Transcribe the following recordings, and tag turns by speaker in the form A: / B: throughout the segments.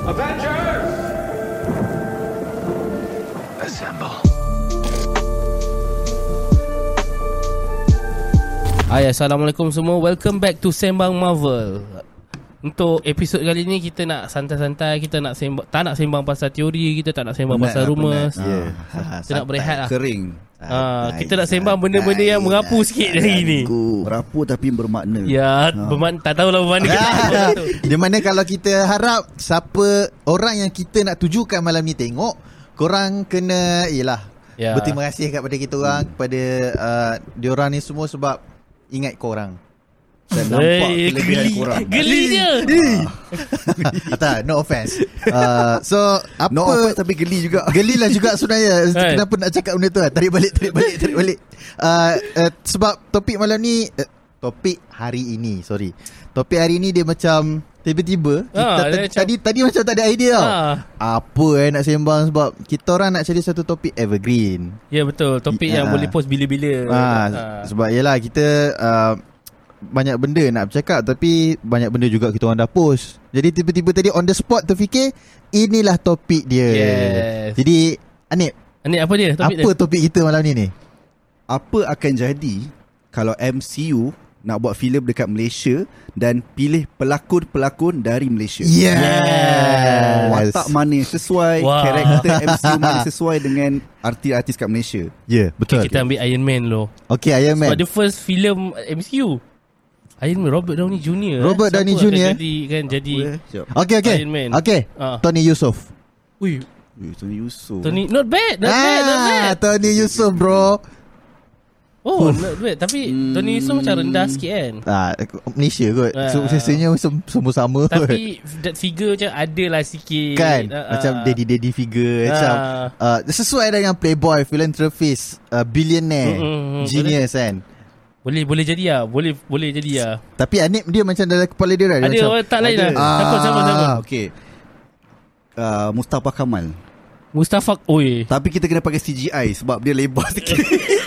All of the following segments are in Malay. A: Avengers!
B: Assemble.
C: Hai Assalamualaikum semua Welcome back to Sembang Marvel Untuk episod kali ni Kita nak santai-santai Kita nak sembang Tak nak sembang pasal teori Kita tak nak sembang pasal
B: lah,
C: rumor
D: Ya.
C: Kita nak Ah, berehat lah
D: Kering.
C: Ah, kita nak sembang benda-benda yang merapu sikit hari ni.
D: Ku.
E: Rapuh tapi bermakna
C: Ya berman, Tak tahulah bermakna kita
B: Ah, Di mana kalau kita harap siapa orang yang kita nak tujukan malam ni tengok, korang kena ialah
C: Ya.
B: yeah. berterima kasih kepada kita orang kepada uh, diorang ni semua sebab ingat korang.
D: Dan nampak
C: Hey,
D: kelebihan
C: geli
D: korang.
C: Geli je
B: tak, no offense. Uh, so apa
D: No offense tapi geli juga.
B: Geli lah juga sebenarnya
C: Kan?
B: Kenapa nak cakap benda tu lah Tarik balik Tarik balik Tarik balik uh, uh, Sebab topik malam ni uh, Topik hari ini Sorry Topik hari ni dia macam Tiba-tiba
C: Ah,
B: kita,
C: dia
B: tadi,
C: macam-
B: tadi tadi macam tak ada idea tau
C: Ah.
B: Apa eh nak sembang Sebab kita orang nak cari satu topik evergreen
C: Ya betul Topik yang
B: Ah.
C: boleh post bila-bila
B: Ah,
C: Ah.
B: Sebab yelah kita uh, Banyak benda nak bercakap Tapi banyak benda juga kita orang dah post Jadi tiba-tiba tadi on the spot terfikir Inilah topik dia
C: Yes.
B: Jadi Anip
C: Ni apa dia topik
B: Apa
C: dia?
B: topik kita malam ni ni?
D: Apa akan jadi kalau MCU nak buat filem dekat Malaysia dan pilih pelakon-pelakon dari Malaysia.
B: Yes.
D: Watak mana yang sesuai,
C: Wah.
D: karakter MCU mana yang sesuai dengan artis-artis kat Malaysia.
B: Ya, yeah, betul.
C: Kita ambil Iron Man lo
B: Okay, Iron Man.
C: Sebab the first film MCU Iron Man Robert Downey Jr eh.
B: Robert
C: Siapa
B: Downey
C: akan
B: Jr.
C: Jadi kan jadi
B: Okay, okay.
C: Iron Man.
B: Okay.
C: Ah.
B: Tony Yusof. Ah,
C: Ui
D: Ui, Tony Yusof.
C: Tony Not bad Not bad Not bad
B: Tony Yusof, bro.
C: Oh, not bad. Tapi hmm. Tony Yusuf macam rendah sikit kan.
B: Ah, Malaysia kot.
C: Ah.
B: So, sesanya sem- semua sama kot.
C: Tapi that figure macam ada lah sikit.
B: Kan
C: Ah, ah.
B: Macam daddy-daddy figure Macam
C: Ah.
B: uh, Sesuai dengan playboy Philanthropist uh,
C: Mm,
B: Billionaire
C: mm, mm.
B: Genius kan
C: Boleh boleh jadi lah. Boleh boleh jadi lah.
B: Tapi Anip dia macam Dalam kepala dia dah
C: Ada
B: macam,
C: orang tak lain
D: ada.
C: lah. Siapa siapa siapa.
B: Ah.
D: Okay. Uh, Mustafa Kamal.
C: Mustafa Oi.
D: Tapi kita kena pakai CGI sebab dia lebar sikit.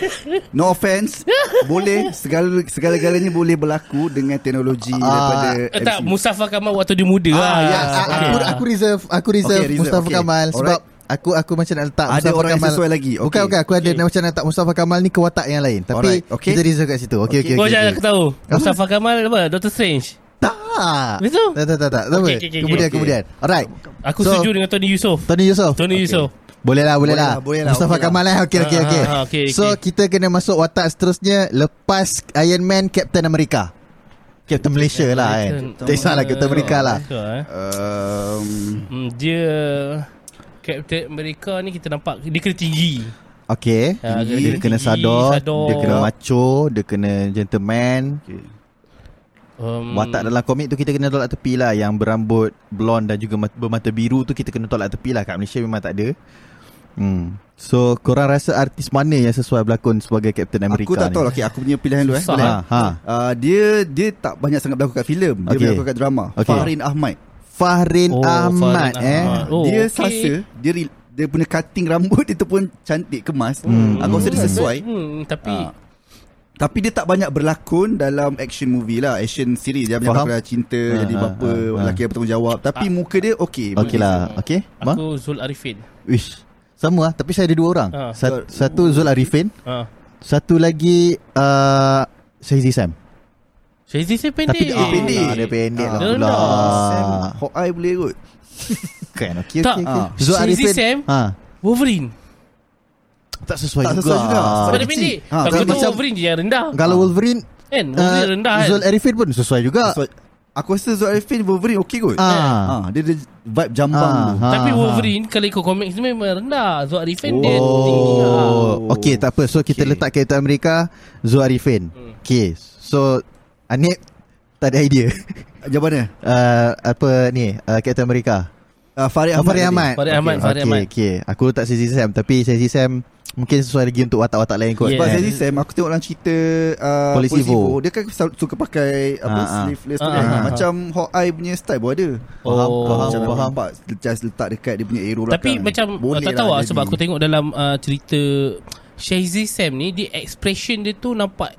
D: no offense. Boleh segala segala-galanya boleh berlaku dengan teknologi
B: Ah,
D: daripada
C: Eh, tak
D: MCU.
C: Mustafa Kamal waktu dia muda lah.
B: Ah, ya, a-
C: Okay.
B: aku aku reserve aku reserve,
D: Okay, reserve,
B: Mustafa
D: okay.
B: Kamal sebab aku aku macam nak letak
D: Ada
B: Mustafa
D: orang yang
B: Kamal.
D: sesuai lagi, okay.
B: Bukan bukan aku ada macam nak letak Mustafa Kamal ni ke watak yang lain. Tapi
D: Alright, okay.
B: kita reserve kat situ. Okey okey
C: Oh,
B: okey.
C: jangan
B: okey.
C: aku tahu. Mustafa Kamal apa? Doctor Strange.
B: Tak.
C: Betul?
B: Tak tak tak tak. Tak apa.
C: okay, okay,
B: Kemudian
D: okay.
B: kemudian. Alright.
C: Aku
B: Ah. So,
C: setuju dengan Tony Yusof.
B: Tony Yusof.
C: Tony Yusof.
B: Boleh lah, boleh
D: Boleh
B: lah.
D: lah, boleh lah,
B: Mustafa
D: okey
B: Kamal lah. Okey, okey,
C: Ah,
B: okey.
C: ah, ah, okey,
B: So,
C: okey.
B: kita kena masuk watak seterusnya lepas Iron Man, Captain America. Captain Malaysia lah kan.
C: Captain-
B: Tak kisahlah Captain America lah.
C: America, eh.
D: Um,
C: Hmm, dia Captain America ni kita nampak dia kena tinggi.
B: Okay
C: Ah,
B: Dia
C: kena
B: kena, kena
C: tinggi,
B: sador,
C: sador.
B: Dia kena macho Dia kena gentleman
D: okay.
C: Um,
B: Watak dalam komik tu kita kena tolak tepi lah Yang berambut blonde dan juga mat- bermata biru tu Kita kena tolak tepi lah Kat Malaysia memang tak ada hmm. So korang rasa artis mana yang sesuai berlakon sebagai Captain America
D: Aku
B: ni?
D: tak tahu lah okay, Aku punya pilihan dulu eh
C: Susah.
D: Boleh?
B: Ha, ha.
D: Uh, Dia dia tak banyak sangat berlakon kat filem Dia
B: Okay.
D: berlakon kat drama
B: Okay.
D: Farin Ahmad
B: Fahrin
C: Oh,
B: Ahmad
C: Fahrin
B: eh.
C: Ahmad. Oh,
D: Dia
C: okay.
D: sasa Dia re- dia punya cutting rambut Itu pun cantik kemas hmm. Aku rasa dia sesuai
C: Hmm, tapi
D: Ah. Tapi dia tak banyak berlakon dalam action movie lah Action series Dia banyak
B: Faham?
D: berlakon dalam cinta
B: Ha,
D: Jadi
B: ha,
D: bapa
B: ha, ha.
D: Lelaki yang bertanggungjawab Tapi
C: Ah.
D: muka dia okey
B: Okey lah Okay Ma?
C: Aku Zul Arifin.
B: Wish sama lah Tapi saya ada dua orang
C: Ah.
B: Sat- Satu Zul Arifin
C: Ha.
B: Satu lagi uh, Syahizi Sam
C: Syahizi saya
B: Tapi
C: pendek.
B: dia pendek Dia pendek
C: Ah.
B: lah
C: Dia
B: pula
C: rendah.
D: Sam Hawk Eye boleh kot
B: Kan okey
C: Tak.
B: okey okey.
D: Ah.
B: Zul
C: Syahizi
B: Arifin
C: Sam.
B: ha.
C: Wolverine.
B: Tak sesuai
D: Tak
B: juga
D: sesuai juga.
C: Sebab
D: Sebab
C: dia
D: kecil.
C: pendek.
D: Ah,
C: Kalau
B: kalau
C: tu
B: macam-
C: Wolverine je yang rendah.
B: Kalau Wolverine
C: Kan?
B: uh,
C: Wolverine rendah kan?
B: Zul Arifin pun sesuai juga
D: so, Aku rasa Zul Arifin Wolverine okey kot
B: Ah.
D: Ah, Dia ada vibe jambang
B: Ah,
D: tu
B: ha,
C: Tapi
B: ha.
C: Wolverine kalau ikut komik ni memang rendah. Zul Arifin dia tinggi lah.
B: Oh Okey tak apa So kita
D: Okey.
B: letak Captain America Zul Arifin
C: Hmm.
B: Okey So Anip Tak ada idea
D: Jawapannya
B: uh, Apa ni uh, Captain America
D: uh, Farid
B: Ahmad
C: Farid
B: Oh, Farid Ahmad
D: Ahmad tadi.
B: Okey,
C: Ahmad, Farid
B: okey,
C: Ahmad.
B: okey. Aku tak Sezi Sam Tapi Sezi Sam Mungkin sesuai lagi untuk watak-watak lain kot
D: Sebab
C: Yeah.
D: yeah. Sandy Sam Aku tengok dalam cerita uh,
B: Polisi
D: Polisi
B: Vo.
D: Vo, Dia kan sel- suka pakai Apa
B: Ah, ah.
D: sleeveless tu
C: Ah,
D: kan
C: ah, ah.
D: Macam Hawk Eye punya style pun ada
B: Faham,
C: Oh.
B: faham,
D: Macam
B: faham.
D: nampak Just letak dekat Dia punya aero
C: Tapi
D: belakang.
C: macam
D: Boleh
C: tak tahu
D: lah
C: lah
D: jadi.
C: sebab aku tengok dalam uh, cerita Shazzy Sam ni dia expression dia tu nampak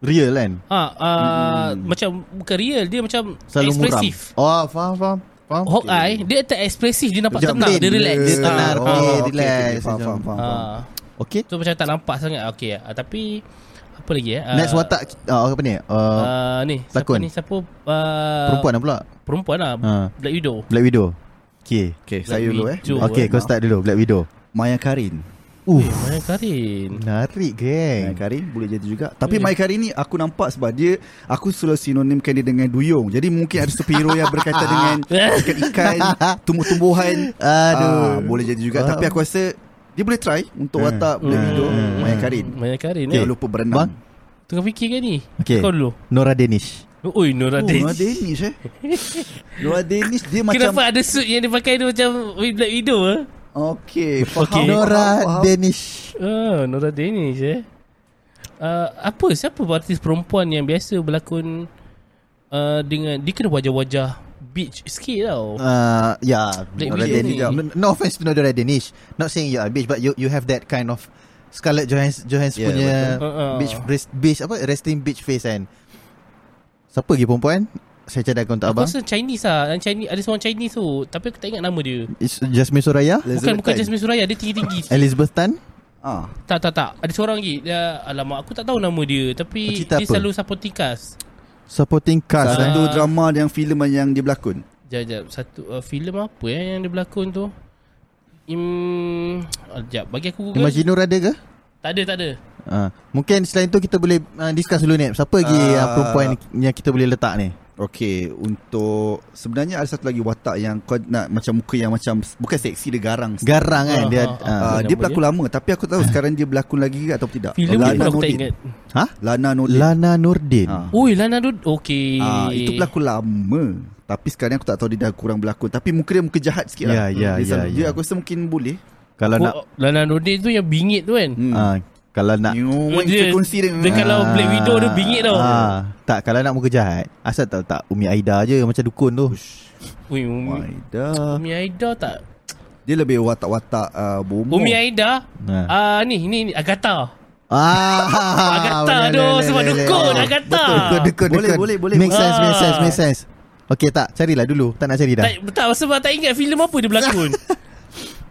B: Real kan
C: ha uh, macam bukan real dia macam
B: Selalu
C: ekspresif.
B: muram Oh faham faham Faham?
C: Hawkeye Dia tak ekspresif Dia nampak
B: Sekejap,
C: tenang
B: plain.
C: Dia relax
B: Dia tenang,
D: oh,
C: Ah,
B: dia
C: ah.
B: relax.
D: Faham faham faham, faham.
C: Ah.
B: Okay
C: So macam tak nampak sangat Okay ah, Tapi Apa lagi eh Ah,
B: Next watak uh, Apa ni uh,
C: ah, Ni Siapa ni
B: Pelakon.
C: Siapa ah,
B: Perempuan lah pula
C: Perempuan lah
B: Ah.
C: Black Widow
B: Black Widow Okay
C: Black
D: Okay saya dulu eh
C: Widow,
B: Okay
C: eh.
B: kau start dulu Black Widow
D: Maya Karin
B: Uh
C: Maya Karin
B: Menarik
D: Maya
B: geng
D: Karin boleh jadi juga
B: Hmm.
D: Tapi Maya Karin ni Aku nampak sebab dia Aku selalu sinonimkan dia dengan duyung Jadi mungkin ada superhero yang berkaitan dengan Ikan-ikan Tumbuh-tumbuhan
B: Aduh.
D: ah, Boleh jadi juga
B: Faham.
D: Tapi aku rasa Dia boleh try Untuk
B: Hmm.
D: watak Black Widow Maya Karin
C: Maya Karin eh
D: Jangan lupa berenang
B: Bang?
C: Tengah fikir kan ni
B: Okay.
C: Kau dulu
B: Nora Danish
C: Oi Nora
D: Oh,
C: Danish
D: Noah Danish eh Noah Danish dia macam
C: Kenapa ada suit yang dia pakai tu macam Black Widow eh?
D: Okay faham,
C: Okay.
B: Nora
D: faham, faham.
B: Danish
C: Oh, Nora Danish eh. Uh, apa siapa artis perempuan yang biasa berlakon uh, dengan dia kena wajah-wajah beach sikit tau.
B: Uh, yeah,
C: Black
B: Nora
C: Widow
B: Danish.
C: ni.
B: No, no offense to Nora Danish. Not saying you are a bitch, but you you have that kind of Scarlett Johans Johans
D: Yeah,
B: punya
C: betul. Uh-uh.
B: bitch rest, bitch apa resting bitch face kan. Siapa lagi perempuan? Saya cadangkan untuk
C: Aku
B: abang.
C: rasa Chinese lah Dan Chinese, Ada seorang Chinese tu Tapi aku tak ingat nama dia
B: It's Jasmine Soraya,
C: Bukan
D: Elizabeth
C: bukan
D: Tan.
C: Jasmine Suraya Dia tinggi-tinggi
B: Elizabeth Tan.
D: ah.
C: Tak tak tak Ada seorang lagi dia, Alamak aku tak tahu nama dia Tapi
B: Oh, Cerita
C: Dia
B: apa?
C: selalu supporting cast
B: Supporting cast eh.
D: Satu drama yang filem yang dia berlakon
C: Sekejap sekejap Satu uh, filem apa eh Yang dia berlakon tu Hmm, Sekejap Bagi aku Google
B: Imagino ada ke?
C: Tak ada tak ada
B: Uh, mungkin selain tu kita boleh uh, discuss dulu ni. Siapa lagi uh,
D: Ah.
B: perempuan yang kita boleh letak ni?
D: Okay Untuk Sebenarnya ada satu lagi watak Yang kau nak Macam muka yang macam Bukan seksi Dia garang
B: Garang Eh. kan
C: Ah,
B: dia.
C: ah,
B: Uh,
D: Ah,
C: Apa
D: dia
C: nama
D: berlakon lama Tapi aku tahu sekarang dia berlakon lagi ke Atau tidak
C: Filem
D: Lana
C: dia pun aku tak
D: Nordin.
C: ingat
B: Ha?
D: Lana Nordin
B: Lana Nordin.
D: Ah.
C: Ui Lana Dud Okay
D: Ah, itu
C: Eh.
D: pelakon lama Tapi sekarang aku tak tahu Dia dah kurang berlakon Tapi muka dia muka jahat sikit
B: Ya, ya,
D: lah Dia
B: ya,
D: selalu- dia
B: ya.
D: Aku rasa mungkin boleh
B: Kalau nak
C: Oh, Lana Nordin tu yang bingit tu kan
D: Hmm.
B: Ah, kalau nak
D: Nyuwek
C: Dia-
D: frekuensi dia
C: dia kalau
B: Ah,
C: Black Widow dia bingit tau.
B: tak kalau nak muka jahat, asal tak tak Umi Aida je macam dukun tu.
C: Ui Umi,
D: Waida
C: Umi Aida tak
D: Dia lebih watak-watak uh, bomo
C: Umi Aida
B: Ha.
C: Ah ni ni ni, Agatha
B: Ah,
C: Agatha
B: boleh,
C: tu
B: boleh,
C: sebab
B: boleh,
C: dukun
B: boleh.
C: Agatha
B: Dukun, dukun,
D: Boleh,
B: dukun.
D: boleh, boleh.
B: Make sense,
C: Ah.
B: make sense, make sense. Okey tak, carilah dulu. Tak nak cari dah.
C: tak, tak sebab tak ingat filem apa dia berlakon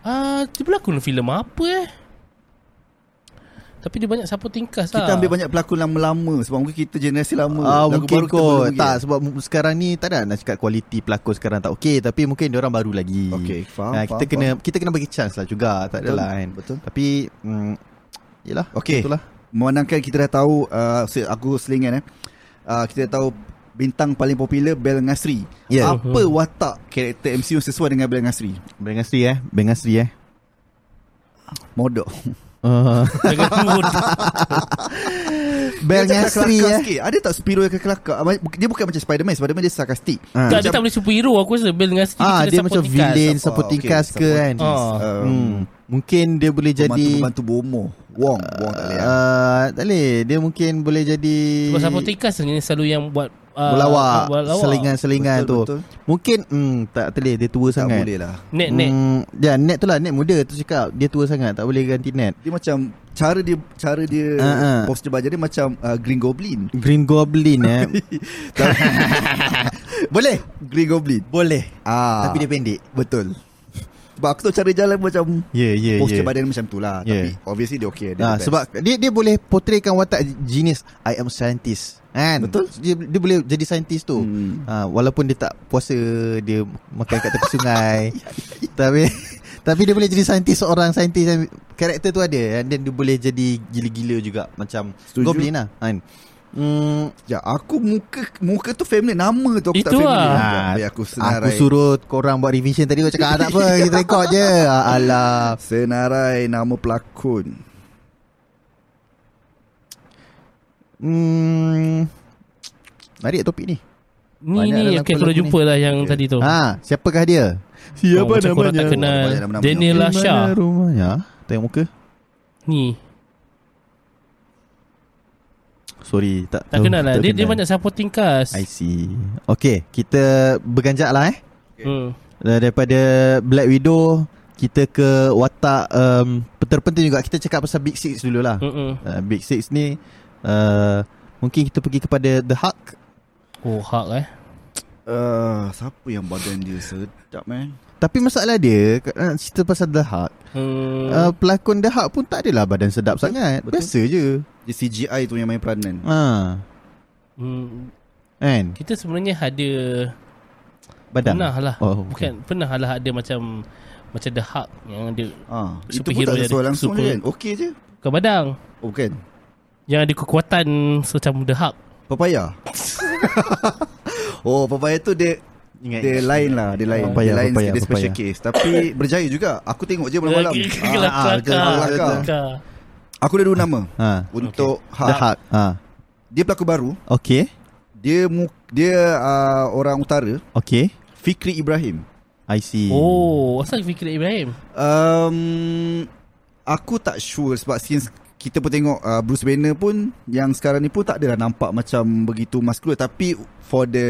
C: Ah Dia berlakon filem apa eh Tapi dia banyak supporting cast lah
D: Kita ambil banyak pelakon lama-lama Sebab mungkin kita generasi lama
B: Ah,
D: Lagu
B: mungkin
D: baru kita belum
B: kot
D: lagi.
B: Tak sebab mu- sekarang ni Tak ada nak cakap Kualiti pelakon sekarang tak okey Tapi mungkin orang baru lagi
D: Okey, faham,
B: Ah,
D: faham,
B: Kita kena Kita kena bagi chance lah juga Tak
D: Betul,
B: adalah kan
D: betul.
B: Tapi mm, Yelah
D: Okey.
B: Itulah
D: Memandangkan kita dah tahu uh, se- Aku selingan eh uh, Kita dah tahu Bintang paling popular Bel Ngasri
B: Ya.
D: Apa watak Karakter MCU sesuai dengan Bel Ngasri
B: Bang Asri eh Bang Asri eh
D: Modok
B: uh,
C: Jangan turun
B: Bel
D: Dia macam
B: Ngasri
D: kelakar
B: eh
D: sikit. Ada tak superhero yang kelakar Dia bukan macam Spiderman Spiderman dia sarkastik
B: Ah.
C: tak, Dia tak boleh superhero Aku rasa Bel dengan
B: Ah
C: kena
B: dia macam
C: supporting cast.
B: villain
D: apa,
B: supporting
D: Oh, okey,
B: cast ke kan.
D: supporting
C: Ah.
D: um,
B: Hmm. Mungkin dia boleh jadi
D: Bantu-bantu bomo Wong Wong tak boleh uh,
B: uh, tak boleh dia mungkin boleh jadi
C: Sebab supporting cast ni Selalu yang buat ah,
B: Berlawak
C: berlawak.
B: Selingan-selingan
D: uh, Betul,
B: tu
D: betul.
B: Mungkin mm, Tak boleh Dia tua
D: Tak
B: sangat
D: boleh lah
C: Net net
B: Hmm, ya, net tu lah Net muda tu cakap Dia tua sangat Tak boleh ganti net
D: Dia macam Cara dia Cara dia
B: Ah, ah.
D: Postur badan dia macam uh, Green Goblin
B: Green Goblin eh
D: Boleh Green Goblin
B: Boleh
D: ah,
B: Tapi dia pendek
D: Betul Sebab aku tahu cara jalan macam
B: Ya ya
D: Postur
B: ya
D: badan dia macam tu lah Tapi
B: Yeah.
D: obviously dia okay dia
B: Ah,
D: the best.
B: sebab dia dia boleh portraykan watak jenis I am scientist kan
D: Betul.
B: dia, dia boleh jadi saintis tu
D: Hmm.
B: hmm. ah, walaupun dia tak puasa dia makan kat tepi sungai tapi tapi dia boleh jadi saintis seorang saintis yang karakter tu ada and then dia boleh jadi gila-gila juga macam
D: Setuju.
B: goblin lah kan hmm,
D: Sekejap, Ya, Aku muka Muka tu family Nama tu aku tak
C: Itu
D: family
C: lah.
D: Sekejap,
B: Ah,
D: biar
B: aku
D: aku senarai
B: suruh korang buat revision tadi kau cakap ah, tak apa kita record je ah, alah
D: Senarai nama pelakon
B: hmm, menarik topik ni
C: Ni
B: Banyak
C: ni
B: dalam
C: Okay aku
B: lagu
C: dah
B: ni.
C: jumpa lah Yang
D: Okey.
C: tadi tu
B: ha ya, siapakah dia
C: Oh, macam korang tak kenal
D: Banyak nama-nama.
C: Daniela
B: Di
C: Shah
B: mana rumahnya? Tengok muka.
C: Ni
B: Sorry, tak
C: Tak
B: tahu-
C: kenal lah
B: tak
C: dia, dia banyak supporting cast
B: I see. Okay, kita berganjak lah eh.
C: hmm.
B: Dar- Daripada Black Widow, kita ke watak um, terpenting juga. Kita cakap pasal Big Six dulu lah.
C: Mm-mm.
B: Uh, Big Six eh, ni, uh, mungkin kita pergi kepada The Hulk.
C: Oh hak eh
D: Uh, siapa yang badan dia sedap eh?
B: Tapi masalah dia k- nak Cerita pasal The Hulk
C: Hmm.
B: hmm. uh, Pelakon The Hulk pun tak adalah badan sedap sangat Betul.
D: betul.
B: Biasa je
D: Dia CGI tu yang main peranan.
B: ha,
C: Hmm.
B: Kan
C: Kita sebenarnya ada
B: Badan
C: Pernah lah
B: Oh,
C: oh, Bukan Pernah lah ada macam Macam The Hulk Yang ada
D: Ah, itu pun
C: Superhero
D: tak
C: yang
D: sesuai
C: ada
D: langsung
C: super-
D: je kan. Okey je.
C: Bukan badang
D: Oh bukan.
C: Yang ada kekuatan Macam The Hulk
D: Papaya. oh, papaya tu dia
B: Ingat
D: dia lain lah, dia lain.
B: Papaya,
D: dia lain
B: papaya,
D: sikit, dia special
B: papaya.
D: case. Tapi berjaya juga. Aku tengok je malam-malam.
C: Kelakar
D: Ah, ah, kelakar.
C: Kelakar
D: Aku dah dua nama
B: ha.
D: untuk
B: The
D: okay.
B: Hulk ha.
D: Dia pelakon baru.
B: Okay
D: Dia mu, dia uh, orang utara,
B: Okay
D: Fikri Ibrahim.
B: I see
C: Oh Asal fikir Ibrahim
D: Um, aku tak sure sebab since kita pun tengok uh, Bruce Banner pun yang sekarang ni pun tak adalah nampak macam begitu maskulin tapi for the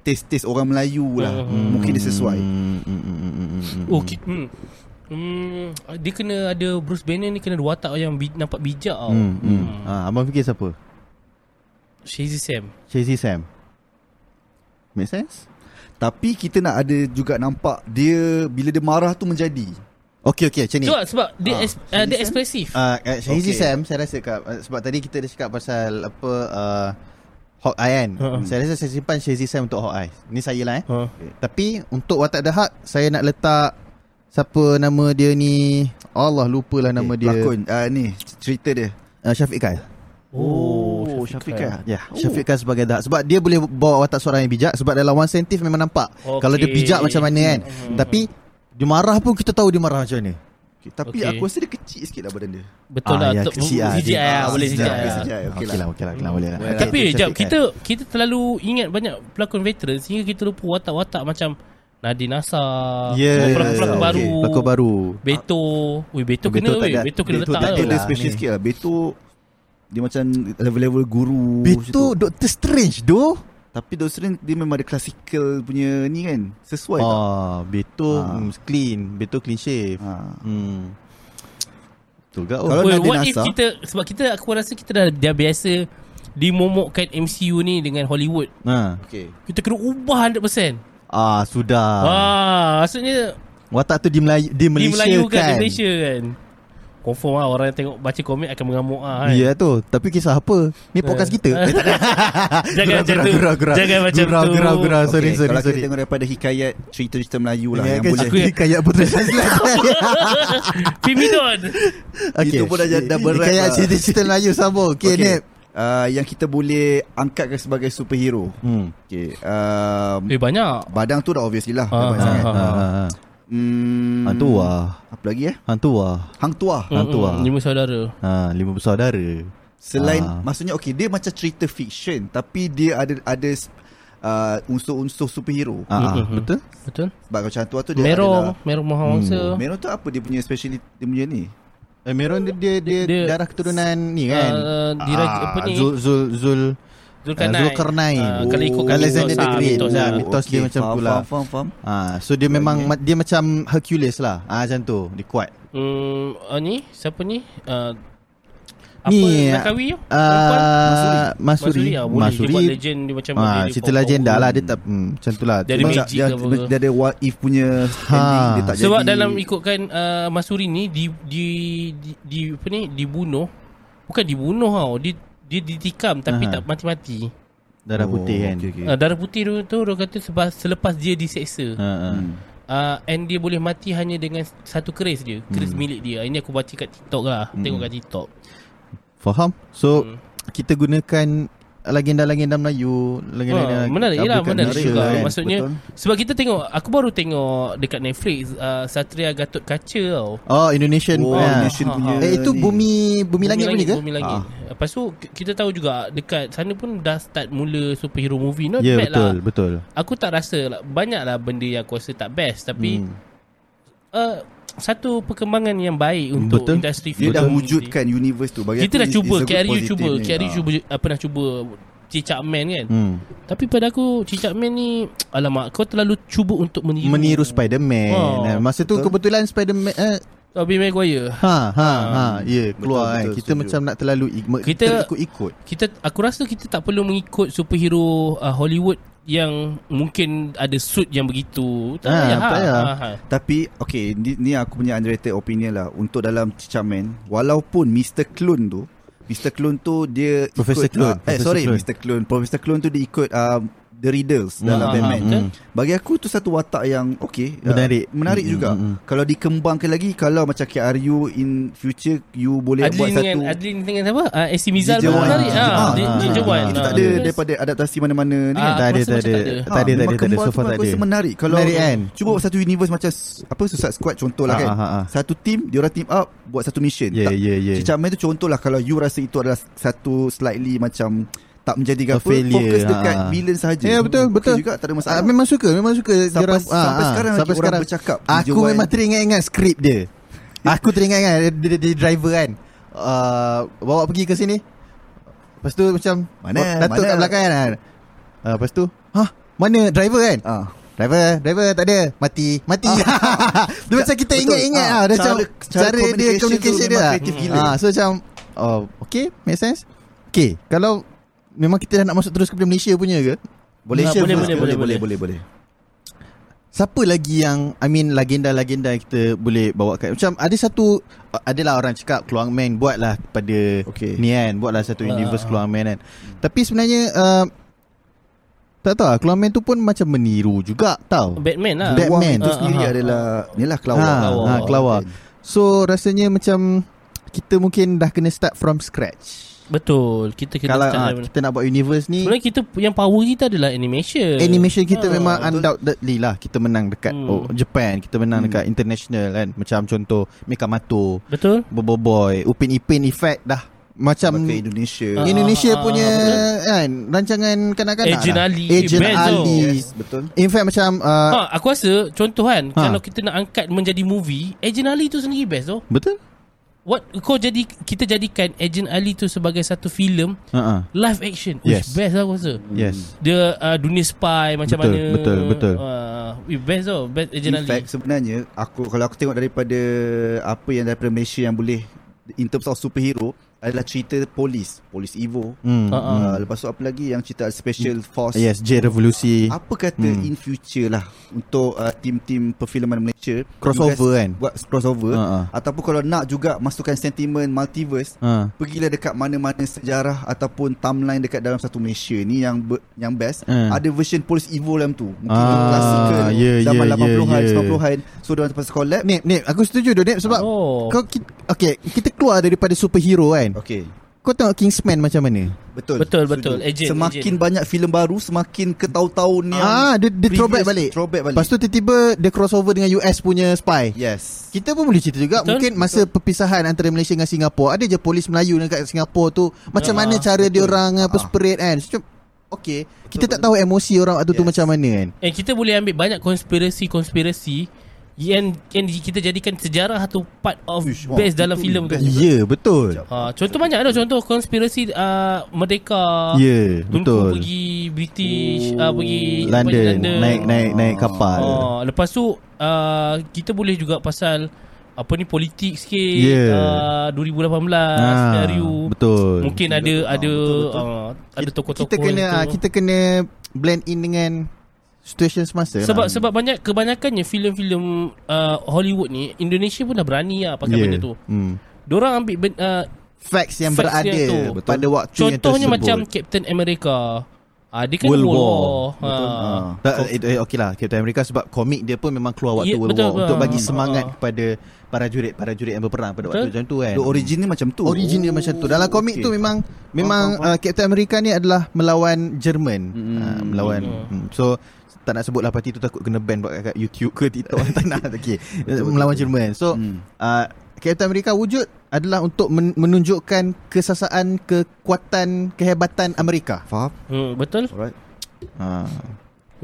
D: taste-taste orang Melayu lah
C: Hmm.
D: mungkin dia sesuai.
B: Hmm, hmm, hmm, hmm, hmm, hmm, hmm.
C: Oh ki- hmm. Hmm, dia kena ada Bruce Banner ni kena ada watak yang bi- nampak bijak tau.
B: Hmm, hmm.
C: Hmm.
B: Ha, Abang fikir siapa
C: Shazzy Sam.
B: Shazzy Sam Make sense
D: Tapi kita nak ada juga nampak dia bila dia marah tu menjadi.
B: Okay okay macam ni
C: Sebab sebab dia
D: Ah,
C: ha, es- uh, dia
D: Shazzy Sam?
C: ekspresif.
B: Uh, uh, Shahidi
D: Okay.
B: okay. Sam saya rasa kat, uh, sebab tadi kita dah cakap pasal apa uh, Hawkeye kan.
C: Ha.
B: Saya rasa saya simpan Shahidi Sam untuk Hawkeye. Ni saya lah eh.
C: Ha.
B: Tapi untuk watak The Hulk saya nak letak siapa nama dia ni Allah lupalah nama
D: Eh,
B: dia.
D: Pelakon uh, ni cerita dia.
B: Uh, Syafiq Kyle.
C: Oh,
D: Kyle.
B: Ya, yeah, Syafiq Kyle sebagai The Hulk sebab dia boleh bawa watak seorang yang bijak sebab dalam one sentif memang nampak
C: Okay.
B: okay. kalau dia bijak macam mana kan.
C: Hmm.
B: Tapi dia marah pun kita tahu dia marah macam mana.
D: Okay, tapi
C: Okey.
D: aku rasa dia kecil sikit lah badan dia.
C: Betul
B: Ah,
C: lah.
B: ya,
C: Untuk-
B: kecil lah.
C: CGI lah,
D: Ah,
C: boleh
D: CGI,
C: CGI.
D: boleh
C: lah.
D: CGI. Okey
B: Okey lah, kan. okey lah, okey lah, boleh lah.
D: Well,
C: Tapi
B: Itu
C: jap
B: Syafiq
C: kita kita terlalu ingat banyak pelakon veteran sehingga kita lupa watak-watak macam Nadine Asar,
B: Yeah.
C: pelakon-pelakon
D: Okay.
C: baru,
B: Pelakon baru.
C: Beto. Ui Beto
B: Beto
C: kena
B: tak
C: weh.
B: ada-
C: Beto kena
B: Beto
C: letak
B: tak
C: lah.
B: ada
D: Dia
B: lah
D: special
B: ni.
D: sikit lah. Beto dia macam level-level guru macam tu.
B: Betul Doctor Strange doh.
D: Tapi Doctrine dia memang ada classical punya ni kan Sesuai tak?
B: Ah, Beto ha.
D: Ah.
B: mm, clean, Beto clean shave.
D: Ha.
B: Hmm. Betul ke?
D: Kalau
B: Oh.
C: Wait,
D: Nadine
C: what if
D: Asar-
C: kita sebab kita aku rasa kita dah dah biasa dimomokkan MCU ni dengan Hollywood.
B: Ha.
D: Okay
C: Kita kena ubah 100%.
B: Ah, sudah.
C: Ah, ah maksudnya
B: Watak tu di Melayu di
C: di
B: Malaysia
C: Melayu kan,
B: kan.
C: di Malaysia kan. Confirm lah orang yang tengok baca komik akan mengamuk ah. Kan?
B: Ya tu, tapi kisah apa? Ni podcast kita. Eh, tak ada.
C: Jangan macam tu. Jangan macam
B: gurau,
C: tu.
B: Gurau, gurau, Ah, sorry,
D: okay,
B: sorry,
D: Kalau
B: sorry.
D: kita tengok daripada hikayat Cerita-cerita Melayu lah Yang
B: kan
D: boleh
C: Aku-
B: Aku kayak Putera Shazlan
C: Fimidon.
D: Itu pun dah- dah berat
B: Kayak
D: lah.
B: cerita-cerita Melayu sama Okay, okay. Nip
D: uh, Yang kita boleh Angkatkan sebagai superhero
B: hmm.
D: Okay um,
C: Eh banyak.
D: Badang tu dah obviously lah
C: Ah,
D: Badang
C: ah,
D: sangat.
B: ha, ha, ha.
D: Hmm,
B: Hantu wah
D: Apa lagi eh
B: Hantu wah
D: Hang Tua
B: Ah, tu lah.
C: Mm-mm, Lima saudara.
B: ha, Lima bersaudara
D: Selain
B: Ah.
D: Maksudnya okay Dia macam cerita fiction Tapi dia ada ada uh, Unsur-unsur superhero
B: ha, ha.
C: Mm-mm.
B: Betul?
C: Betul?
D: Sebab kalau macam tua
B: Ya,
D: tu dia
C: Merong,
B: lah.
D: adalah
C: Merong
B: Hmm.
C: Mahawangsa.
D: Merong tu apa dia punya speciality Dia punya ni
B: Eh, Meron dia, dia, dia,
C: Dia-
B: darah keturunan ni kan.
C: Uh, diraja, apa ni?
B: Zul Zul Zul
C: Zulkarnain.
B: Ah, Zulkarnain.
C: Ah, kalau
D: Oh,
C: ikutkan
B: Alexander
C: mitos,
B: the
C: ah,
B: Great.
C: mitos, ah.
B: Ah, mitos dia
D: okey,
B: macam
D: faham,
B: pula.
D: Faham, faham, faham.
B: Ah, so dia memang ma- dia macam Hercules lah. Ah macam tu, dia kuat.
C: Hmm, ah, ni siapa ni? Ah, apa
B: Ni,
C: nak kahwin tu? Perempuan?
B: Ah
C: ah,
B: Masuri.
C: boleh. Dia buat
B: Masuri.
C: legend dia macam
B: Ah, cerita legend dah lah dia tak hmm, macam tu lah.
C: Dari
B: Sebab-
D: Dia,
C: magic
D: dia,
C: ke apa
D: dia,
C: ke?
D: dia ada what if punya
B: Ha.
D: ending dia tak
C: Sebab
D: jadi.
C: dalam ikutkan uh, Masuri ni di, di di di apa ni dibunuh. Bukan dibunuh tau. Dia dia ditikam tapi
B: Aha.
C: tak mati-mati.
B: darah putih kan.
D: okey, okey.
C: Yeah. Uh, darah putih tu, tu orang kata sebab selepas dia diseksa
B: Ha, ha.
D: Hmm.
C: uh, and dia boleh mati hanya dengan satu keris dia, keris hmm. milik dia. Ini aku baca kat TikTok lah. Hmm. Tengok kat TikTok.
B: Faham? So
C: Hmm.
B: kita gunakan legenda-legenda Melayu, legenda-legenda
C: Ha, menarik lah,
B: bukan
C: menarik
B: Malaysia
C: juga.
B: kan.
C: Maksudnya
D: Betul.
C: sebab kita tengok aku baru tengok dekat Netflix uh, Satria Gatot Kaca tau.
B: Oh, Indonesian.
D: Oh,
B: Ah.
D: Indonesian
C: Ha, ha.
D: punya
B: Eh itu
D: ni.
B: bumi bumi, langit, punya ke?
C: Bumi langit. Ah. Lepas tu ki- kita tahu juga dekat sana pun dah start mula superhero movie. Not
B: Ya
C: bad
B: betul,
C: lah.
B: betul.
C: Aku tak rasa lah, banyaklah benda yang aku rasa tak best tapi
B: Hmm.
C: uh, satu perkembangan yang baik untuk
B: Betul.
C: industri
D: Dia
C: film.
D: dah
C: ni.
D: wujudkan universe tu. Bagi
C: Kita
D: aku,
C: dah
D: it's-
C: cuba,
D: it's a good
C: KRU
D: positive
C: cuba,
D: ni.
C: KRU
D: Ah.
C: cuba uh, pernah cuba Cicak Man kan.
B: Hmm.
C: Tapi pada aku Cicak Man ni alamak kau terlalu cuba untuk meniru.
B: Meniru Spider-Man.
C: Oh,
B: Oh, masa tu
D: betul.
B: kebetulan Spider-Man eh,
C: Tobey Maguire.
B: ha ha ha ya yeah,
D: Ah, betul,
B: keluar betul,
D: betul,
B: Kita
D: setuju.
B: macam nak terlalu ik-
C: Kita-
B: ikut-ikut.
C: Kita aku rasa kita tak perlu mengikut superhero uh, Hollywood yang mungkin ada suit yang begitu. Tak
B: Ah,
C: payah.
B: tak
C: ha,
B: payah.
C: ha, ha.
D: Tapi okay ni, ni aku punya underrated opinion lah Untuk dalam Cicaman Walaupun Mr. Clone tu Mr. Clone tu dia
B: Professor
D: ikut,
B: Clone,
D: ah,
B: Professor
D: Eh sorry
B: Clone.
D: Mr. Clone Professor Clone tu dia ikut uh, The Riddles
C: Ah,
D: Dalam Batman
C: betul.
D: Bagi aku tu satu watak yang Okay ah,
B: Menarik.
D: Menarik
B: Mm,
D: juga
B: mm, mm.
D: Kalau dikembangkan lagi Kalau macam KRU In future You boleh
C: Adlin
D: buat
C: dengan
D: satu
C: Adlin dengan siapa? Ah, AC Mizal
D: Ginger
C: pun
D: Wan.
C: menarik.
D: Ginger-
C: Ah,
D: ah,
C: dia-
B: ah,
C: Ginger
B: ah,
C: Wan.
D: Itu
C: Ah,
D: tak ada
C: yes.
D: Daripada adaptasi mana-mana ni
C: Ah,
D: kan
B: tak ada,
C: aku rasa
B: tak
C: macam
B: ada.
C: tak ada.
B: Tak ada, tak
D: memang
B: ada, tak ada.
D: kembang
B: So
D: tu
B: far tak
D: aku
B: ada.
D: rasa menarik Kalau
B: Menarik kan?
D: Cuba buat satu universe macam s- Apa Suicide Squad contoh lah
B: Ah,
D: kan
B: ah, ah, ah.
D: Satu team Dia orang team up Buat satu mission
B: Ya,
D: Tak-
B: ya, ya.
D: Cicamai tu contoh lah Kalau you rasa itu adalah Satu slightly macam Tak menjadi
B: A
D: apa
B: failure,
D: Fokus dekat
B: ah.
D: villain sahaja
B: Ya betul
D: Okey
B: betul.
D: juga tak ada masalah
B: Ah, memang suka, memang suka
D: Sampai-
B: Dia orang- ah,
D: sampai sekarang lagi
B: sampai
D: orang
B: sekarang
D: bercakap, kan.
B: Aku
D: Johan.
B: memang teringat-ingat skrip dia. Aku teringat-ingat dia, dia, dia driver kan. Uh, bawa pergi ke sini. Lepas tu macam
D: Mana?
B: Datuk
D: Mana?
B: kat belakang kan. Uh, lepas tu, "Hah, mana driver kan?"
D: Ah.
B: Driver, driver tak ada. Mati, mati. dia macam kita
D: Ah. Betul.
B: ingat-ingat
D: Ah,
B: ah, dia
D: cara-
B: macam
D: cara
B: cara, dia
D: communication tu
B: communication dia.
D: memang
B: lah.
D: kreatif gila.
B: Ah, so macam oh, okay, make sense. Okay, kalau memang kita dah nak masuk terus kepada Malaysia punya ke?
D: Boleh
C: Ah,
D: share
C: boleh,
D: first?
C: boleh, boleh,
D: boleh boleh boleh
B: Siapa lagi yang I mean legenda-legenda yang kita boleh bawa kat Macam ada satu uh, Adalah orang cakap Keluang Man buatlah pada
D: Okey.
B: Ni kan Buatlah satu
C: Ah.
B: universe Keluang Man kan Tapi sebenarnya uh, Tak tahu lah Keluang Man tu pun macam meniru juga tau
C: Batman lah.
B: Batman.
D: Wang
C: Ah,
D: itu
C: ah,
D: sendiri
C: ah.
D: adalah Ni lah
B: Ha,
D: kelawar
C: Kelawar.
B: ha, kelawar. So rasanya macam Kita mungkin dah kena start from scratch
C: Betul. Kita kena
B: Kalau
C: start
B: ha,
C: daripada-
B: kita nak buat universe ni
C: Sebenarnya kita yang power kita adalah animation.
B: Animation kita memang
D: betul.
B: undoubtedly lah Kita menang dekat
C: Ah, Hmm.
B: oh, Japan Kita menang
D: Hmm.
B: dekat international kan Macam contoh Mikamato
C: Betul?
B: Boboiboy Upin Ipin effect dah Macam
D: Ke Indonesia
C: Ah.
B: Indonesia
C: Ah,
B: punya
C: betul.
B: kan Rancangan kanak-kanak
C: Agent
B: lah.
C: Ali,
B: Agent
C: Benzo.
B: Ali
D: Yes betul
B: In fact macam uh,
C: Ha, aku rasa contoh kan
B: Ha.
C: ha. kalau kita nak angkat menjadi movie, Agent Ali tu sendiri best tu.
B: Betul?
C: What kau jadi kita jadikan Agent Ali tu sebagai satu filem
B: Uh-huh.
C: live action. Which
B: Yes.
C: best lah aku rasa.
B: Yes
C: Dia uh, dunia spy macam
B: Betul,
C: mana.
B: betul, betul.
C: Uh, best tau, best Agent
D: In
C: Ali.
B: Mm,
D: fact sebenarnya aku kalau aku tengok daripada apa yang daripada Malaysia yang boleh in terms of superhero adalah cerita polis, polis Evo.
B: mm.
C: Ha,
B: uh-huh.
C: ha.
D: Uh, lepas tu apa lagi yang cerita special force.
B: Hmm. Yes Hmm. J Revolusi
D: Apa kata in future lah untuk uh, tim-tim perfilman Malaysia
B: Crossover
D: you guys
B: kan?
D: Buat crossover
B: Ha, ha.
D: ataupun kalau nak juga masukkan sentimen multiverse
B: uh.
D: Pergilah dekat mana-mana sejarah ataupun timeline dekat dalam satu Malaysia ni yang be, yang best.
B: Hmm.
D: Ada version Polis Evo dalam tu. Mungkin
B: Ah, ya,
D: klasikal
B: yeah,
D: zaman
B: yeah,
D: 80-an,
B: yeah.
D: 90-an. So dia pasal collab.
B: Nip, Nip Aku setuju tu Nip Sebab
C: Oh.
B: kau, ki- Okay Kita keluar daripada superhero kan
D: Okey.
B: Kau tengok Kingsman macam mana
D: Betul.
C: Betul,
D: Setuju.
C: betul. Agent,
D: semakin
C: agent.
D: banyak filem baru, semakin ke tahun-tahun yang
B: Ah, dia, dia
D: previous
B: throwback balik.
D: Throwback balik.
B: Lepas tu tiba-tiba dia crossover dengan US punya spy.
D: yes.
B: Kita pun boleh cerita juga
C: Betul,
B: Mungkin masa perpisahan Antara Malaysia dengan Singapura Ada je polis Melayu Dekat Singapura tu Macam
C: Ah,
B: mana cara dia
D: betul.
B: orang Apa
D: Ah.
B: separate kan so, macam, Okay Kita tak tahu emosi orang waktu tu
D: Yes.
B: Macam mana kan
C: Eh kita boleh ambil banyak konspirasi-konspirasi yang yang kita jadikan sejarah satu part of Uish,
D: Uish, wah,
C: best dalam
D: itu
C: filem tu.
D: best
B: Ya yeah, betul Ya
C: Ha, contoh banyak lah contoh konspirasi uh, merdeka.
B: yeah,
C: Tunku
B: betul
C: pergi British uh, pergi apa ni,
B: London Naik naik naik kapal
C: Oh, lepas tu uh, kita boleh juga pasal apa ni politik sikit uh,
B: Yeah.
C: 2018
B: Ya. Ah,
C: skenario.
B: Betul
C: Mungkin ada ada uh, ada tokoh-tokoh
B: Kita kena
C: yang
B: ah,
C: tu.
B: Kita kena Blend in dengan Situation semasa
C: sebab
B: lah.
C: sebab banyak kebanyakannya filem-filem uh, Hollywood ni Indonesia pun dah berani lah pakai yeah. benda tu.
B: hmm.
C: Diorang ambil ben, uh,
B: Facts yang
C: Facts
B: berada
C: dia tu.
B: Pada waktu yang
C: contohnya
B: tersebut
C: macam Captain America. Ah dia kan
B: World
C: World,
B: War.
C: War. Ha.
D: Betul. Ah.
B: Tak, eh, eh, okey lah Captain America sebab komik dia pun memang keluar
C: Ya,
B: waktu World
C: betul,
B: War untuk
C: ah.
B: bagi semangat
C: Ah.
B: kepada para jurid-parajurid yang berperang
C: Betul.
B: pada waktu macam tu kan.
D: The origin ni macam tu. Oh.
B: Origin dia macam tu. Dalam komik
D: Okey.
B: tu memang memang
D: faham, faham.
B: uh, Captain America ni adalah melawan Jerman.
D: Hmm.
B: Ah, melawan. Hmm. So tak nak sebut lah parti tu takut kena ban buat kat YouTube ke TikTok tak nak okey. Melawan Jerman. So
D: Hmm.
B: uh, Captain America wujud adalah untuk men- menunjukkan kesasaan, kekuatan, kehebatan Amerika.
D: Faham?
C: Hmm, betul.
D: Alright.
B: Ha.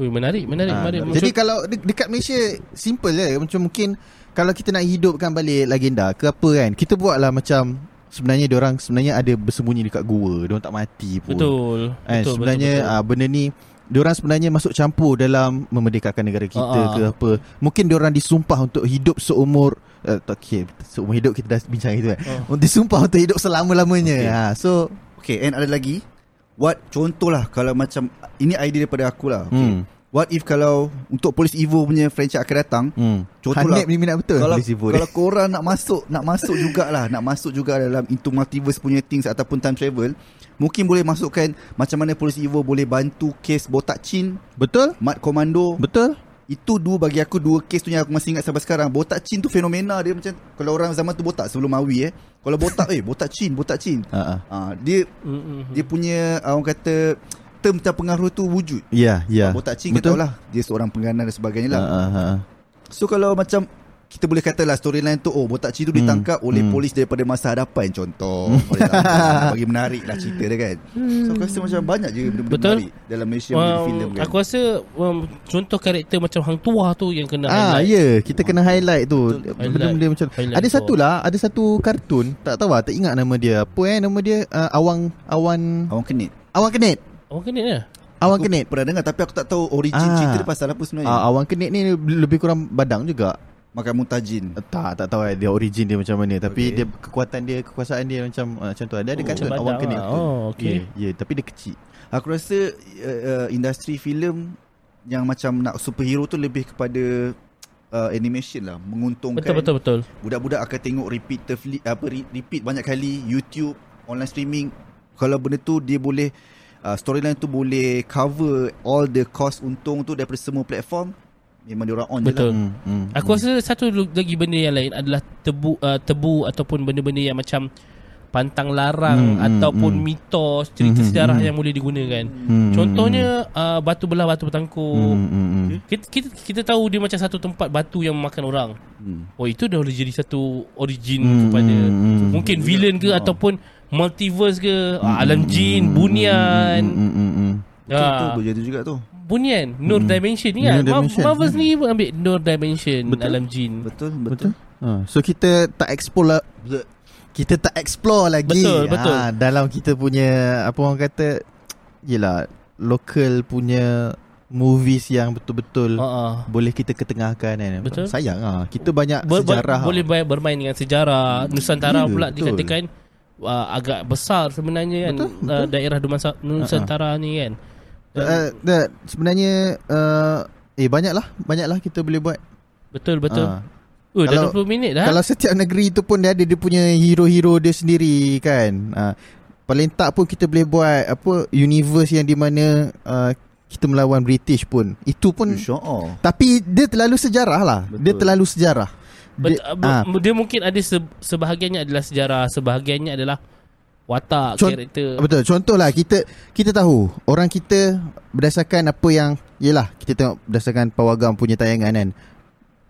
C: Ui, menarik, menarik,
B: Ah,
C: menarik.
B: betul. Jadi kalau de- dekat Malaysia simple je macam mungkin kalau kita nak hidupkan balik legenda ke apa kan kita buatlah macam sebenarnya dia orang sebenarnya ada bersembunyi dekat gua dia orang tak mati pun.
C: betul.
B: Kan,
C: betul,
B: sebenarnya
C: betul, betul.
B: ah, benda ni dia orang sebenarnya masuk campur dalam memerdekakan negara kita
C: Ah, ah.
B: ke apa. Mungkin dia orang disumpah untuk hidup seumur uh, okay, seumur hidup kita dah bincang itu kan.
C: Ah.
B: Disumpah untuk hidup selama-lamanya.
D: Okay.
B: Ha so
D: Okay, and ada lagi what contohlah kalau macam ini idea daripada aku lah. Okay.
B: Hmm.
D: What if kalau untuk Police Evo punya franchise akan datang,
B: Hmm.
D: Contohlah,
B: Hanif ni minat betul
D: kalau
B: Police Evo kalau,
D: kalau korang nak masuk nak masuk jugalah nak masuk juga dalam into multiverse punya things ataupun time travel mungkin boleh masukkan macam mana Police Evo boleh bantu kes botak chin
B: Betul?
D: Mad Commando
B: Betul?
D: itu dua bagi aku dua kes tu yang aku masih ingat sampai sekarang botak chin tu fenomena dia macam kalau orang zaman tu botak sebelum Mawi eh kalau botak eh botak chin botak chin
B: Ha ah.
D: ha, dia
C: Mm-mm.
D: dia punya ah, orang kata term terpengaruh tu wujud
B: Ya, ya.
D: botak chin kita tahulah dia seorang pengganan dan sebagainya lah
B: Ha ah, ha. ah.
D: So kalau macam kita boleh katalah storyline tu oh botak cik tu ditangkap oleh
B: Hmm.
D: polis daripada masa hadapan contoh Boleh tak? bagi menarik lah cerita dia kan so aku rasa macam banyak je benda-benda
C: Betul.
D: menarik dalam Malaysia punya filem
C: Um,
D: kan
C: aku rasa um, contoh karakter macam hang tua tu yang kena
B: Ah
C: highlight.
B: ya, kita kena highlight tu. Benda-benda macam
C: Highlight
B: ada
C: for-
B: satu lah, ada satu kartun, tak tahu lah, tak ingat nama dia. Apa eh nama dia? Uh, awang awan
D: Awang kenit
B: awang kenit.
C: Orang kena ya?
B: Awang
D: Aku
B: kenit.
D: pernah dengar tapi aku tak tahu origin
B: Ah.
D: cerita dia pasal apa
C: Eh.
D: sebenarnya
B: Ah, awang kenit ni lebih kurang badang juga.
D: makan muntajin
B: Eh, Tak, tak tahu eh, dia origin dia macam mana tapi
D: Okay.
B: dia kekuatan dia, kekuasaan dia macam uh, macam tu. Dia ada
C: Oh,
B: kartun
C: macam
B: awang
C: badang
B: kenit.
C: lah.
B: tu.
C: Oh, okay.
B: Ya, yeah, tapi dia kecil.
D: aku rasa uh, uh, industri filem yang macam nak superhero tu lebih kepada uh, animation lah menguntungkan
C: Betul betul betul.
D: budak-budak akan tengok repeatedly apa re- repeat banyak kali YouTube online streaming kalau benda tu dia boleh uh, storyline tu boleh cover all the cost untung tu daripada semua platform memang dia orang on je
C: Betul.
D: lah
B: Hmm, hmm.
C: Aku rasa satu lagi benda yang lain adalah tebu uh, tebu ataupun benda-benda yang macam pantang larang
B: Hmm, hmm,
C: ataupun
B: hmm.
C: mitos cerita
B: Hmm, hmm,
C: sejarah
B: hmm.
C: yang boleh digunakan.
B: Hmm.
C: Contohnya uh, batu belah batu
B: Hmm,
C: bertangkup.
B: hmm, hmm.
C: Kita, kita kita tahu dia macam satu tempat batu yang makan orang.
D: hmm.
C: Oh itu dah boleh jadi satu origin
B: Hmm,
C: kepada
B: hmm, hmm.
C: mungkin villain ke
D: Ah.
C: ataupun multiverse ke ah, alam jin, bunian.
B: Hmm, hmm, hmm, hmm.
D: betul
C: Ah.
D: tu boleh jadi juga tu
C: Bunian Nur
B: Hmm.
C: Dimension ni
B: Nur
C: kan Ma-
B: Dimension. Hmm.
C: Marvel sendiri pun ambil Nur Dimension
B: Betul.
C: Alam Jin
D: betul
B: Betul.
D: betul,
B: Ha, so kita tak explore la- kita tak explore lagi.
C: Betul, betul.
B: Ha, dalam kita punya apa orang kata yalah local punya movies yang betul-betul
C: uh
B: boleh kita ketengahkan kan.
C: Betul.
B: Sayang ah. Kita banyak
C: Ber- ber-
B: sejarah.
C: Boleh banyak bermain dengan sejarah Nusantara
B: Gila,
C: pula
B: betul.
C: dikatakan uh, Agak besar sebenarnya kan
B: Betul, Ah,
C: betul, Uh, Daerah Dumasa- Nusantara ni kan
B: Uh, uh, sebenarnya uh, eh banyaklah, banyaklah kita boleh buat.
C: Betul betul
B: Ah.
C: Oh dah
B: kalau-
C: 20 minit dah
B: Kalau setiap negeri tu pun dia ada dia punya hero-hero dia sendiri kan. Uh, paling tak pun kita boleh buat apa universe yang di mana uh, kita melawan British pun. Itu pun
D: InsyaAllah
B: tapi dia terlalu sejarah lah. Betul. Dia
D: Betul.
B: terlalu sejarah.
C: Bet-
B: Dia,
C: uh,
B: ah,
C: bu- Dia mungkin ada se- sebahagiannya adalah sejarah Sebahagiannya adalah Watak,
B: Con-
C: karakter
B: betul. Contohlah kita kita tahu orang kita berdasarkan apa yang yelah kita tengok berdasarkan Pawagam punya tayangan kan.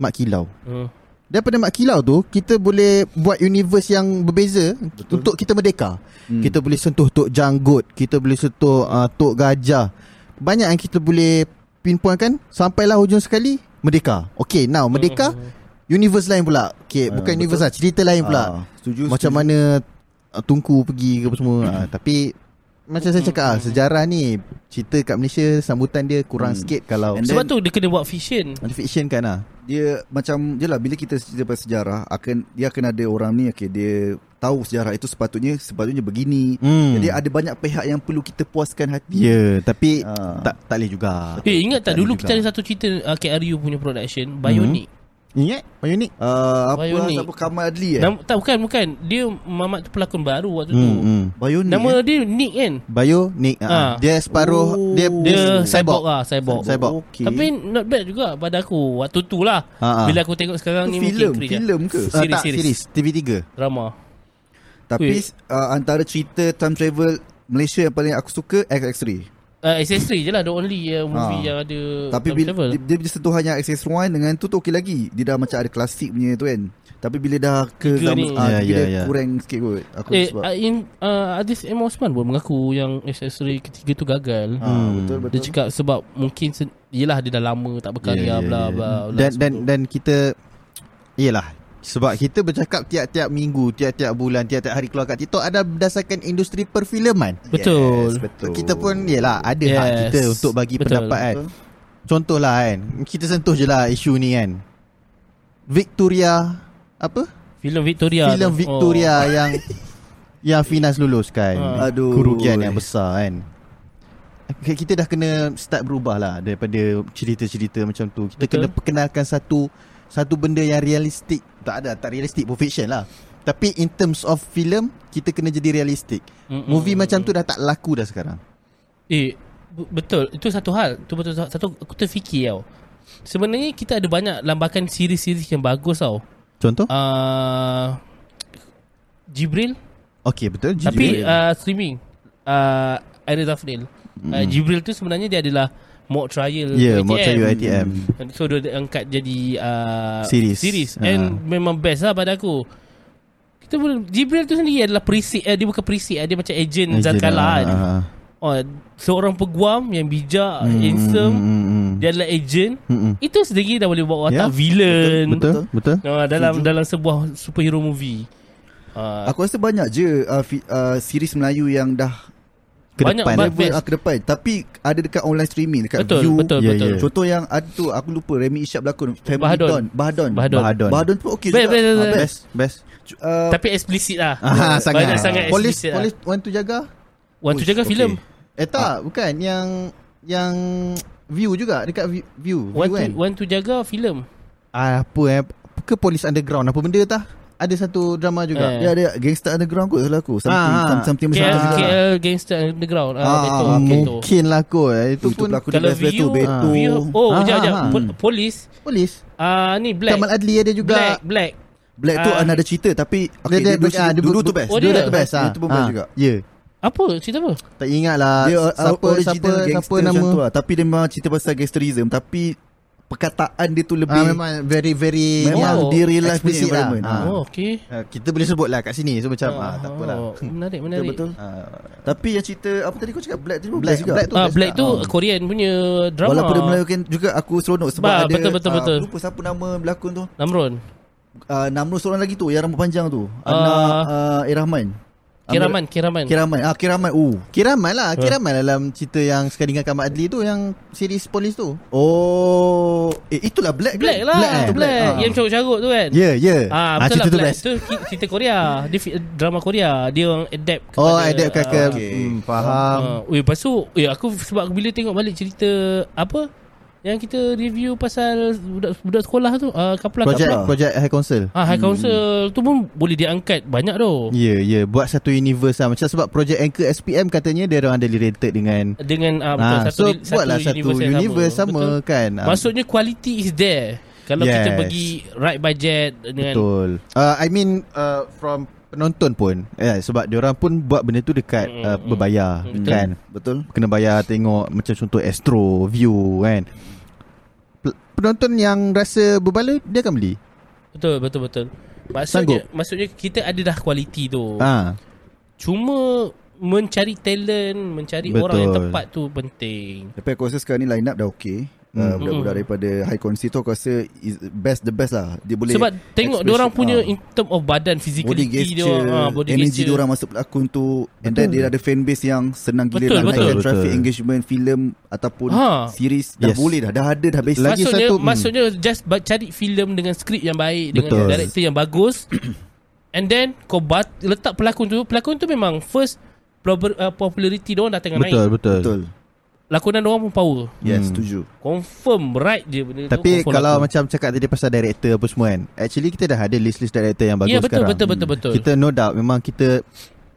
B: Mak Kilau.
C: Hmm.
B: Daripada Mak Kilau tu kita boleh buat universe yang berbeza Betul. untuk kita merdeka. Hmm. Kita boleh sentuh tok janggut, kita boleh sentuh uh, tok gajah. Banyak yang kita boleh pinpoint kan sampailah hujung sekali merdeka. Okay now merdeka
C: Hmm.
B: universe lain pula. Okay
D: Ah,
B: bukan
D: betul.
B: universe lah cerita lain pula.
D: Ah, setuju
B: Macam
D: setuju.
B: mana uh, tungku pergi ke apa semua. Ah, tapi macam saya cakap ah sejarah ni cerita kat Malaysia sambutan dia kurang
D: Hmm.
B: sikit kalau
D: And
C: Sebab
D: then-
C: tu dia kena buat fiction
B: fiction kan ah.
D: dia macam jelah bila kita cerita pasal sejarah akan dia akan ada orang ni okey dia tahu sejarah itu sepatutnya sepatutnya begini
B: Hmm.
D: jadi ada banyak pihak yang perlu kita puaskan
B: Ya,
D: hati
B: yeah, tapi
D: Ah.
B: tak tak boleh juga.
C: Eh ingat tak
B: Tak ada
C: dulu
B: juga.
C: kita ada satu cerita uh, KRU punya production Bionic
B: Ingat Bionic?
D: Uh, apa
C: Bayonik.
D: siapa Kamal Adli eh?
C: Nam, tak bukan bukan Dia Mamat tu pelakon baru waktu tu
B: Hmm. hmm.
D: Bayonik.
C: Nama
D: eh?
C: dia Nick kan
B: Bio Nick ah.
C: Ah.
B: Dia separuh
D: Oh.
B: dia
C: Dia cyborg lah Cyborg,
B: Cyborg.
D: Okey.
C: Tapi not bad juga pada aku Waktu tu lah
B: Ha, ha.
C: Bila aku tengok sekarang
D: Itu
C: ni
D: filem,
C: mungkin cringe lah.
D: filem ke?
B: Ah,
C: Series,
B: tak,
C: series.
B: series TV3.
C: Drama
D: tapi
C: Wait.
D: uh, antara cerita time travel Malaysia yang paling aku suka XX3.
C: uh, SS3 je lah The only uh, movie
D: Ha.
C: yang ada
D: Tapi
C: time
D: bila
C: travel.
D: dia, dia punya sentuhan yang XX1 dengan tu tu okey lagi. Dia dah macam ada klasik punya tu kan. Tapi bila dah ke
C: Tiga ni.
B: Ya,
D: ah, tapi
B: ya,
D: dia
B: ya.
D: kurang sikit kot. Aku
C: Eh,
D: sebab
C: uh, in, uh, Adis M. Osman pun mengaku Yang SS3 ketiga tu gagal
D: Ah,
B: Hmm.
D: betul betul.
C: Dia cakap sebab mungkin sen- Yelah dia dah lama
B: Ya,
C: tak berkarya yeah, yeah, bla bla bla
B: Dan dan
C: sebab-
B: dan kita Yelah sebab kita bercakap tiap-tiap minggu, tiap-tiap bulan, tiap-tiap hari keluar kat TikTok ada berdasarkan industri perfilman.
C: Betul.
D: Yes,
B: So,
D: betul.
B: kita pun ya. yelah ada yes. hak
C: Yes.
B: kita untuk bagi
C: Betul.
B: pendapat kan. Contohlah kan, kita sentuh je lah isu ni kan. Victoria apa?
C: Filem Victoria
B: Filem
C: tu.
B: Victoria yang yang Finas luluskan.
C: Oh. Ah.
D: Aduh.
B: Kerugian yang besar kan. Okay, kita dah kena start berubah lah daripada cerita-cerita macam tu.
C: Betul.
B: Kita Betul. kena perkenalkan satu satu benda yang realistik. Tak ada tak realistik pun fiction lah. Tapi in terms of film kita kena jadi realistik.
C: Mm-mm.
B: Mm-mm. Movie macam tu dah tak laku dah sekarang.
C: Eh, bu- betul. Itu satu hal. Itu betul satu aku terfikir tau. Sebenarnya kita ada banyak lambakan series-series yang bagus tau.
B: Contoh? Uh,
C: Uh, Jibril
B: Okey betul.
C: tapi
B: Jibril.
C: uh, streaming uh, Aida Zafril. Uh, Jibril tu sebenarnya dia adalah Ya, mock trial
B: yeah,
C: UiTM.
B: mau cari ITM.
C: So dia angkat jadi uh,
B: Series.
C: series.
B: Ha.
C: And memang best lah pada aku Kita pun Jibril tu sendiri adalah perisik eh, Dia bukan perisik eh, Dia macam agent, agent Zalkala
B: Ah,
C: kan oh, Seorang peguam yang bijak
B: Hmm, Mm,
C: Handsome Dia adalah agent
B: Mm-mm.
C: Itu sendiri dah boleh buat watak
B: hmm. Ya,
C: villain
B: Betul, betul.
C: Ah, dalam
D: Setuju.
C: dalam sebuah superhero movie uh,
D: Aku rasa banyak je uh, fi, uh, series Melayu yang dah
B: Ke
C: Banyak
B: depan.
C: ba-
D: level
C: best.
D: ah, ke depan tapi ada dekat online streaming dekat
C: Betul,
D: view
C: betul,
B: Ya,
C: betul.
B: ya.
D: Contoh yang ada tu aku lupa Remy Ishak berlakon Family
C: Bahadon.
D: Don Bahadon
C: Bahadon.
D: Bahadon, Bahadon pun okey
C: Best,
D: juga
C: best,
D: Ah,
C: best.
D: best.
B: Best, best.
D: Uh,
C: Tapi eksplisit lah.
B: Ah, sangat.
C: Banyak sangat
B: polis,
C: explicit
B: polis want to jaga?
C: Wan tu jaga Ah.
D: Okey.
C: filem.
B: Eh tak, bukan yang yang view juga dekat view, view,
C: Wan
B: view
C: tu
B: kan.
C: Wan tu jaga filem.
B: Ah, apa eh? Ke polis underground apa benda tah? Ada satu drama
C: Eh.
B: juga.
D: Ya, Dia ada Gangster Underground kot salah aku
B: Ah,
D: Something,
B: ah.
D: some- something macam
C: KL,
D: tu juga.
C: KL Gangster Underground. Ah,
D: Ah, Oh,
C: betul,
B: Ah,
C: okay, tu.
B: mungkin lah kot. Eh, Itu
D: Itu
B: pun
D: pelakon dia
C: Kalau
D: best Beto
C: view,
D: Beto
C: view, oh,
B: Ah,
C: jap,
B: ah,
C: jap.
B: ah.
C: Pol- Polis,
B: polis.
C: ah ni black.
B: Kamal Adli ada
C: Black,
B: juga.
C: black.
D: Black tu
C: Ah.
D: another cerita Tapi okay,
B: Dia- dia-
D: dia, dulu,
B: ah, dia
D: dulu
B: ber-
D: tu best
C: Oh,
D: Dulu
C: dia?
D: tu best
B: ah.
D: Dulu tu pun best
B: Ah,
D: juga
B: Ya.
C: Apa cerita apa?
B: Tak ingat lah
D: Dia uh, ah,
B: siapa siapa siapa nama.
D: tu lah. Tapi dia memang cerita pasal gangsterism Tapi perkataan dia tu lebih
B: Ah, memang very very
D: memang
C: Oh.
D: di real life punya
B: Explicit lah.
D: environment
B: Ah.
C: Oh, okey.
B: Ah, kita boleh sebut lah kat sini so macam ah, tak apalah
C: Oh, Menarik,
D: Betul
C: menarik.
D: betul.
B: ah,
D: Tapi yang cerita apa tadi kau cakap Black tu pun
B: Black,
D: best juga.
B: Black tu
C: Ah,
B: best
C: black
B: tak?
C: tu
B: Ah.
C: Korean punya drama.
D: Walaupun dia Melayu kan juga aku seronok sebab
C: Bah,
D: ada
C: betul, betul,
D: ah,
C: betul.
D: lupa siapa nama berlakon tu.
C: Namron.
B: Ah,
D: Uh, Namrul seorang lagi tu yang rambut panjang tu.
C: Ah.
D: Anak uh, Irahman.
C: Kiraman, Kiraman.
D: Kiraman. Ah Kiraman. Oh.
B: Kiramal lah Kiramal dalam cerita yang Sekarang dengan Kamal Adli tu Yang series polis tu
D: Oh, eh itulah Black.
C: Black
D: kan?
C: lah,
B: Black,
C: tu black.
B: black, ah.
C: Yang carut-carut tu kan.
B: Ya ya
C: Ah, betul lah Black. Itu ki- cerita Korea. Dia fi- drama Korea. Dia orang adapt kepada
B: Oh ada ke ke
C: ah,
D: okay.
B: hmm, Faham
C: ah. Weh, lepas tu eh aku sebab aku bila tengok balik cerita apa yang kita review pasal budak budak sekolah tu ah kapelan
B: Projek
C: kapelan.
D: apa?
B: Projek High Council
C: Ah High Council tu pun boleh diangkat banyak tu.
B: Ya ya Buat satu universe lah Macam sebab Projek Anchor SPM Katanya dia orang ada related dengan
C: Dengan ah, betul,
B: Ah,
C: satu
B: so buatlah satu
C: yang
B: universe, sama,
C: Betul.
B: kan Ah,
C: Maksudnya quality is there. Kalau yes. kita
B: Yes.
C: pergi right budget dengan
B: Betul. Uh, I mean uh, from penonton pun eh, sebab diorang pun buat benda tu dekat
C: Mm,
B: uh,
C: mm,
B: berbayar
C: mm.
B: kan.
D: Betul.
B: Kena bayar tengok macam contoh Astro, View kan. Pel- Penonton yang rasa berbaloi dia akan beli.
C: betul betul betul. Maksudnya maksudnya kita ada dah quality tu.
B: Ha.
D: Ah.
C: Cuma mencari talent, mencari
B: Betul.
C: orang yang tepat tu penting.
D: Tapi aku rasa sekarang ni line up dah okey. Uh,
B: Hmm.
D: budak-budak daripada High Council tu aku rasa is best the best lah. Dia boleh Ah.
C: Sebab tengok dia orang punya
B: ha.
C: in term of badan
D: body
C: physicality dia
D: gesture,
C: orang, ah, body
D: energy
C: gesture.
D: dia orang masuk pelakon tu and then dia ada fan base yang senang gila
C: Betul,
D: nak
C: betul.
D: naikkan traffic
B: Betul.
D: engagement filem ataupun
C: Ha.
D: series dah
B: Yes.
D: boleh dah dah ada dah basic
B: Lagi
C: maksudnya,
B: satu, hmm.
C: maksudnya just ba- cari filem dengan skrip yang baik, dengan
B: Betul.
C: director yang bagus. And then kau bat, letak pelakon tu, pelakon tu memang first prob- uh, popularity dia orang dah tengah
B: Betul
C: naik.
B: betul. betul.
D: betul
C: Lakonan dia orang pun power.
D: yes
B: Hmm.
D: setuju
C: Confirm right je benda tu.
B: Tapi
C: confirm
B: kalau
C: laku.
B: macam cakap tadi pasal director apa semua kan. Actually kita dah ada list-list director yang bagus
C: Ya betul
B: sekarang.
C: betul betul betul.
B: Kita no doubt memang kita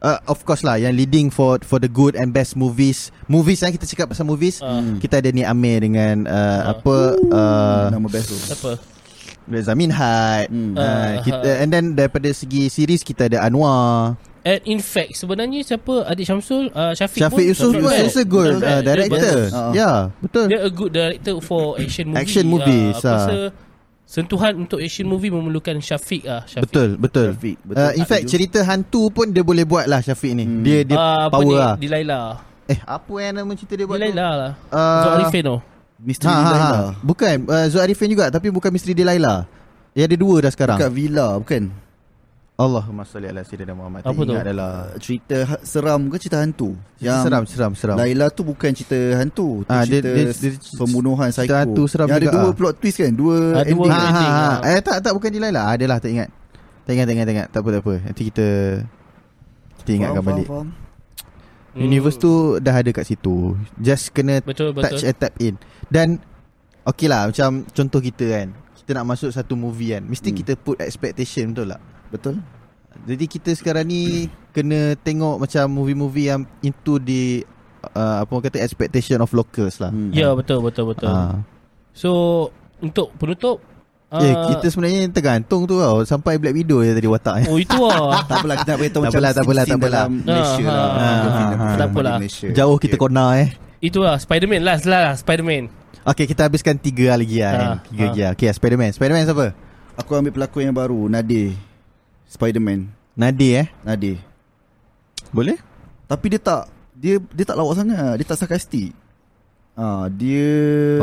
B: uh, of course lah yang leading for for the good and best movies. Movies kan kita cakap pasal movies.
C: Ah,
D: Hmm.
B: Kita ada ni Amir dengan uh, apa uh,
D: nama best tu
C: apa?
B: Reza Minhad.
D: Hmm.
C: Ah.
B: Uh, kita, and then daripada segi series kita ada Anwar.
C: And in fact sebenarnya siapa Adik Syamsul uh, Syafiq, pun,
B: Syafiq Yusof pun
C: Yusof.
B: is a good
C: Betul,
B: uh,
C: dia
B: director.
C: bagus.
D: Ah.
B: Ya, yeah, betul.
C: Dia a good director for action movie.
B: Action
C: Ah, aku
B: movies, ah.
C: rasa sentuhan untuk action movie memerlukan Syafiq ah, Syafiq.
B: Betul, betul.
D: Syafiq, betul.
B: Uh,
D: Hmm.
B: in
D: Tak
B: fact
D: setuju.
B: cerita hantu pun dia boleh buat lah Syafiq ni. Dia dia
C: Ah, apa
B: power
C: ni?
B: lah.
C: Delilah.
B: Eh, apa yang nama cerita dia buat? tu?
C: Delilah lah.
B: Ah.
C: Zul Arifin tu.
D: Misteri
B: Ha, ha, ha.
D: Villa
B: Bukan uh, Zul Arifin juga tapi bukan Misteri Delilah. Dia ada dua dah sekarang.
D: Dekat Villa bukan
B: Allahumma salli ala sayyidina Muhammad.
C: Apa tu?
B: Ingat adalah
D: uh, Cerita ha- seram ke cerita hantu
B: yang seram seram seram.
D: Laila tu bukan cerita hantu tu
B: Ah, dia-
D: cerita
B: dia- dia-
D: pembunuhan psycho
B: cerita hantu seram
D: Yang ada
B: juga,
D: dua
B: ah.
D: plot twist kan
C: Ah,
D: Dua
C: dua.
D: ending
B: ha, ha,
C: ending,
B: ha.
C: ah.
B: Eh tak tak bukan Delilah. Ah, adalah tak ingat. Tak ingat tak ingat tak ingat. Tak apa tak apa. Nanti kita kita ingatkan
D: Faham,
B: balik.
D: faham, faham.
B: Hmm. Universe tu dah ada kat situ. Just kena
C: Betul, betul.
B: touch and tap in. Dan okay lah macam contoh kita kan. Kita nak masuk satu movie kan. Mesti hmm. kita put expectation betul tak?
D: Betul?
B: Jadi kita sekarang ni kena tengok macam movie-movie yang into the uh, apa orang kata expectation of locals lah. Hmm.
C: Ya, betul, betul, betul.
B: Ah.
C: So, untuk penutup.
B: Eh,
C: ah,
B: kita sebenarnya tergantung tu tau Sampai Black Widow je tadi watak eh.
C: Oh, itu lah.
D: Tak apalah kita nak beritahu
B: Tak
D: macam
B: apalah, tak apalah,
D: scene-scene
B: tak apalah.
D: dalam
C: Ah,
D: Malaysia lah.
C: ah,
B: ah,
D: Filem-filem
C: tak apalah.
D: Malaysia.
B: Jauh kita
D: Okay.
B: kena eh
C: itu lah. Spider-Man. Last lah, Spider-man.
B: Okay kita habiskan tiga lah lagi lah kan
C: Ah,
B: Tiga
C: ah.
B: lagi lah Okay Spiderman Spiderman siapa?
D: Aku ambil pelakon yang baru Nadir Spiderman
B: Nadir eh
D: Nadir
B: Boleh?
D: Tapi dia tak Dia dia tak lawak sangat Dia tak sarkastik ha, Dia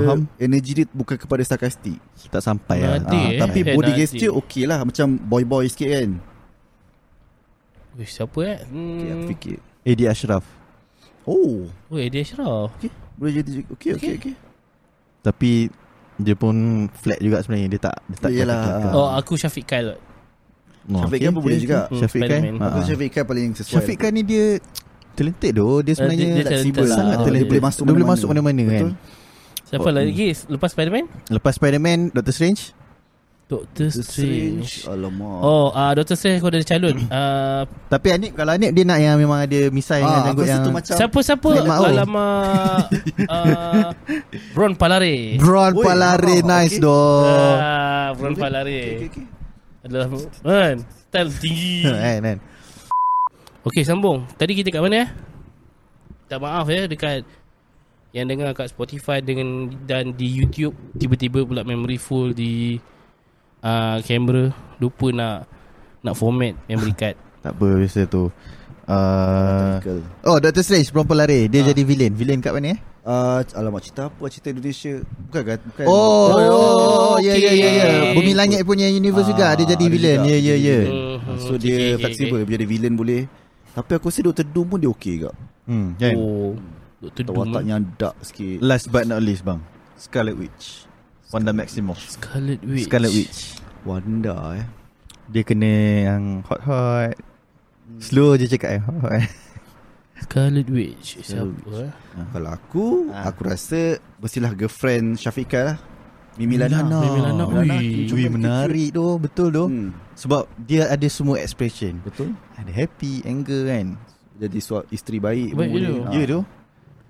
B: Faham.
D: Energi dia bukan kepada sarkastik
B: Tak sampai lah
D: ha,
C: Nadir, eh?
D: Tapi
C: Eh,
D: body
C: Nadir.
D: gesture okey lah Macam boy-boy sikit kan
C: Wih, siapa eh? Hmm.
D: Okay aku fikir
B: AD Ashraf
D: Oh
C: Oh, Eddie Ashraf.
D: Okay Boleh jadi juga Okay okay okay,
B: Tapi Dia pun flat juga sebenarnya Dia tak Dia tak
D: Yelah.
C: Oh, aku Syafiq Kyle.
B: oh,
D: Syafiq Khan pun boleh juga.
B: Syafiq Khan
C: Spiderman.
B: ha,
D: Aku
B: ha.
D: Syafiq Eh, Khan paling sesuai
B: Syafiq Khan ni dia Talented doh Dia sebenarnya
C: dia- dia
D: fleksibel
C: talented
D: lah.
B: Sangat
C: Oh,
B: talented
D: Dia boleh masuk
B: Dia boleh
D: mana-mana.
B: masuk mana-mana kan
D: Betul.
C: Siapa
B: Oh,
C: lagi?
D: hmm.
C: Lepas Spider-Man?
B: Lepas Spiderman Doctor Strange
C: Doctor
D: The Strange Ah.
C: Strange.
D: Alamak
C: Oh, uh, Doctor Strange aku ada calon. Uh,
B: Tapi Anip Kalau Anip dia nak yang Memang ada misai Dengan
D: Ah, aku
B: janggut
D: rasa
B: yang
D: tu macam
C: siapa-siapa
B: Mat Mao.
C: alamak uh, Bron Palare.
B: Braun
D: Oi,
B: Palare
D: ah,
B: Nice
D: okay.
B: doh
C: Ah, Bron
D: okay,
C: Palare.
D: okay.
C: Adalah kan, style tinggi.
D: Eh,
B: Kan kan
C: Okey, sambung. Tadi kita kat mana eh? Tak maaf ya dekat yang dengar kat Spotify dengan dan di YouTube tiba-tiba pula memory full di uh, kamera lupa nak nak format memory card.
B: Tak apa biasa tu uh,
D: Technical.
B: Oh Doctor Strange Braun Palare Dia jadi villain Villain kat mana eh?
D: Ah, alamak cerita apa cerita Indonesia bukan kan bukan
B: Oh, oh,
C: oh,
B: ya ya
C: okay.
B: ya ya. Bumi langit punya universe
D: Ah,
B: juga dia jadi
D: ada
B: villain.
D: juga.
B: Ya ya ya.
C: Hmm,
D: Ah,
C: hmm,
D: So
C: okay,
D: dia
C: okay, okay,
D: fleksibel okay. Jadi villain boleh Tapi aku rasa Dr. Doom pun dia okey juga
B: Hmm,
C: okay.
B: kan.
C: Oh, Dr.
D: Atau
C: Doom.
D: watak
C: eh.
D: yang dark sikit
B: Last but not least bang. Scarlet Witch. Wanda Maximoff.
C: Scarlet Witch.
B: Scarlet Witch.
D: Wanda eh
B: Dia kena yang hot hot. Slow je cakap eh. Hot hot.
C: Scarlet Witch. Siapa?
D: Witch.
C: eh?
D: Kalau aku
B: Ah.
D: Aku rasa Mestilah girlfriend Syafiqah lah Mimi Lana
C: Mimi Lana. Ui,
B: Ui, menarik tu, betul tu.
D: hmm,
B: Sebab dia ada semua expression.
D: Betul
B: Ada happy, anger kan.
D: Jadi suami isteri baik pun
C: Baik
D: boleh
C: tu.
D: Ah,
B: Ya tu.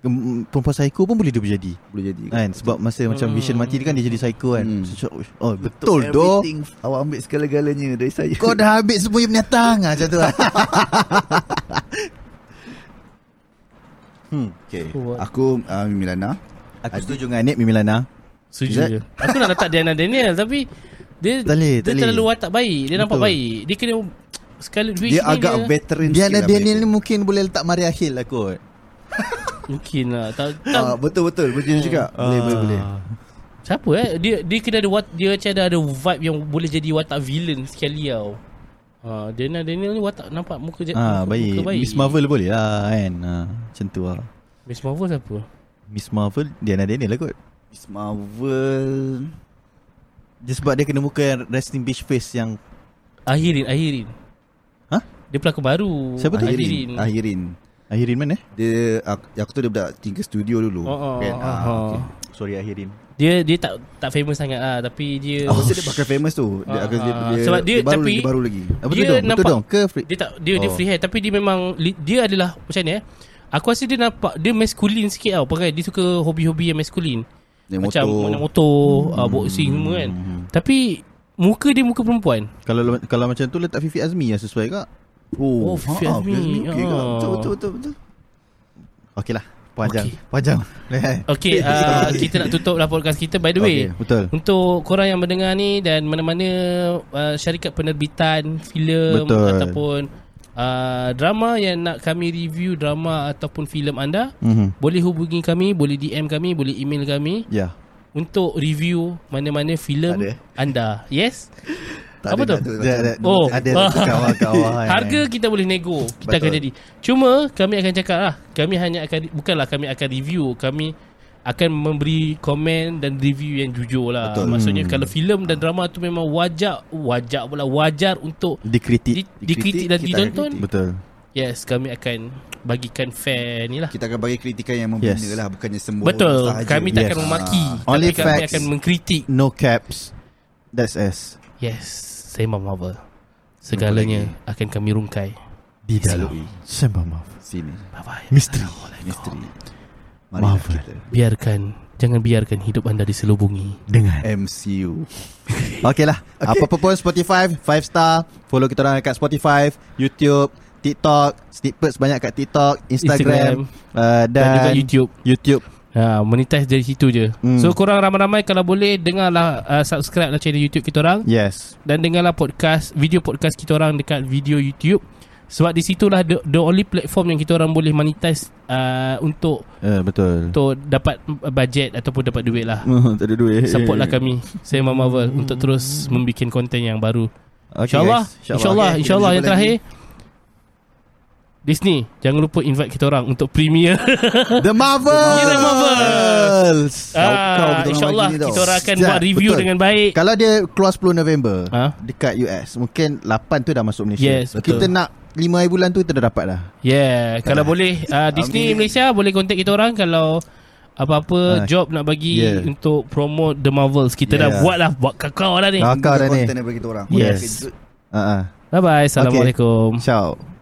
B: Gem- Perempuan psycho pun boleh dia berjadi.
D: Boleh jadi
B: Kan sebab masa macam
C: Hmm.
B: Vision mati dia kan dia jadi psycho kan.
D: Hmm.
B: So, oh betul doh.
D: Everything Awak ambil segala-galanya Dari saya
B: Kau dah ambil semua yang binatang ah, Macam tu lah hmm.
D: okay.
C: Kuat.
D: Aku uh, Mimi Lana
B: Aku setuju dengan Nick Mimilana
C: Setuju
D: Zat.
C: je Aku nak letak Diana Daniel Tapi Dia
B: Tak boleh,
C: dia
B: tak boleh.
C: terlalu watak baik Dia nampak
B: Betul.
C: baik Dia kena Scarlet Witch
D: Dia
C: ni
D: agak
C: dia,
D: veteran
B: Dia ada
D: sikit lah
B: Daniel ni
D: mereka.
B: mungkin boleh letak Maria Hill lah kot
C: Mungkin lah tak, tak,
D: Ah, Betul-betul Boleh juga
B: Ah.
D: Boleh boleh boleh
C: Siapa eh Dia dia kena ada wat, Dia macam ada, ada vibe Yang boleh jadi watak villain Sekali tau ha, Diana Daniel ni watak Nampak muka, ja-
B: Ah
C: muka,
B: baik.
C: muka baik
B: Miss Marvel boleh lah kan ah, Macam tu lah
C: Miss Marvel siapa
B: Miss Marvel Diana Daniel lah kot Uh,
D: Miss Marvel
B: dia sebab dia kena muka yang resting beach face yang
C: Ahirin Ahirin
B: Hah?
C: Dia pelakon baru
B: Ha? Siapa
D: Ah,
B: tu?
C: Ahirin,
D: Ahirin Ahirin
B: Ahirin eh? mana?
D: Dia aku, Aku tu dia budak Tinggal studio dulu
C: Oh, oh,
D: kan?
C: oh,
D: Ah,
C: oh.
D: okay.
B: Sorry Ahirin
C: Dia dia tak tak famous sangat lah Tapi dia
D: Oh, dia bakal famous tu dia,
C: Ah,
D: aku- dia,
C: ah.
D: dia,
C: Sebab dia-
D: baru,
C: tapi-
D: lagi, baru lagi
B: ah, Betul
C: Dia
B: dong, betul
C: nampak-
B: dong ke free?
C: Dia tak dia oh. dia
D: Oh.
C: free hair tapi dia memang li- dia adalah macam ni eh. Aku rasa dia nampak dia masculine sikit tau pakai dia suka hobi-hobi yang masculine.
D: Naik
C: macam
D: motor.
C: naik motor, hmm. uh, boxing semua kan. Tapi muka dia muka perempuan.
B: Kalau kalau macam tu letak Fifi Azmi yang sesuai kak
D: Oh,
C: Oh,
D: ha-ha,
C: Fiazmi.
D: Fiazmi okey ke?
C: Ah.
D: Betul betul betul betul
B: Okey lah Panjang
C: Okey.
B: Panjang
C: Okey, uh, kita nak tutup lah podcast kita by the way.
B: eh. Okey, Betul
C: Untuk korang yang mendengar ni dan mana-mana uh, syarikat penerbitan filem
B: Betul.
C: ataupun uh, drama yang nak kami review drama ataupun filem anda,
B: Mhm.
C: boleh hubungi kami, boleh DM kami, boleh email kami.
B: Ya
C: untuk review mana-mana filem
D: Ada.
C: anda. Yes?
D: Tak
C: Apa tu?
D: ada, tak ada,
B: Dia-
D: tak
B: dia-
D: ada.
C: Oh.
B: Ada
C: Ah.
B: kawan-kawan
C: Harga kita boleh nego. Kita Betul. akan
D: Betul.
C: jadi. Cuma kami akan cakap lah. Kami hanya akan bukanlah kami akan review. Kami akan memberi komen dan review yang jujur lah. Betul. Maksudnya kalau filem dan drama tu memang wajar wajar pula wajar untuk
B: Dikritik
C: di, dikritik dan
D: kita akan
C: ditonton.
D: kritik.
B: Betul
C: Yes, kami akan bagikan fair ni lah.
D: Kita akan bagi kritikan yang membina
B: Yes.
D: yes. lah bukannya semua
C: Betul.
D: orang sahaja.
C: Kami tak yes. akan
D: Ah.
C: memaki.
B: Only
C: tapi kami
B: facts.
C: akan mengkritik.
B: No caps. That's S.
C: Yes, Sembang Marvel. Segalanya akan kami rungkai.
B: Di dalam
D: Selalu.
B: Sembang Marvel.
D: Sini.
C: Bye-bye.
B: Misteri.
D: Misteri. Marilah
B: Oh Marvel.
D: kita.
C: Biarkan, jangan biarkan hidup anda diselubungi.
B: Dengan
D: MCU.
B: Okey lah okay. Apa-apa Eh, pun Spotify 5 star Follow kita orang dekat Spotify YouTube TikTok Snippets banyak kat TikTok Instagram, Instagram. Uh,
C: Dan, dan juga
B: Dan,
C: YouTube.
B: YouTube
C: Ha, monetize dari situ je.
B: Hmm.
C: Hmm. So korang ramai-ramai kalau boleh dengarlah uh, subscribe lah channel YouTube kita orang
B: Yes
C: dan dengarlah podcast video podcast kita orang dekat video YouTube sebab di situlah the, the only platform yang kita orang boleh monetize uh, untuk
B: uh, Betul
C: untuk dapat budget ataupun dapat duit lah.
B: Oh, tak ada duit
C: Supportlah lah kami Saya Imam Marvel Untuk terus Membikin konten yang baru
B: okay,
C: InsyaAllah
B: guys.
C: InsyaAllah
D: Okay,
C: InsyaAllah
D: kita
C: Yang
D: jumpa
C: terakhir Disney Jangan lupa invite kita orang Untuk premiere
B: The Marvels
C: The Marvels.
D: kau
C: Ah,
D: betul
C: InsyaAllah
D: lagi ni tau.
C: Kita orang akan
B: Sekejap,
C: buat review
B: betul.
C: dengan baik
B: Kalau dia keluar 10 November
C: Ha?
B: Dekat US Mungkin 8 tu dah masuk Malaysia
C: Yes, betul.
B: Kita nak 5 hari bulan tu Kita dah dapat dah
C: Yeah Kalau boleh ah, Disney
D: Amin.
C: Malaysia Boleh contact kita orang Kalau apa-apa
B: Ah,
C: job nak bagi
B: yeah.
C: untuk promote The Marvels kita dah
B: Yeah.
C: buat lah buat kakao lah ni
B: Kelakar dah ni
D: Content daripada kita orang.
B: Yes. uh-uh.
C: bye bye Assalamualaikum
B: Ciao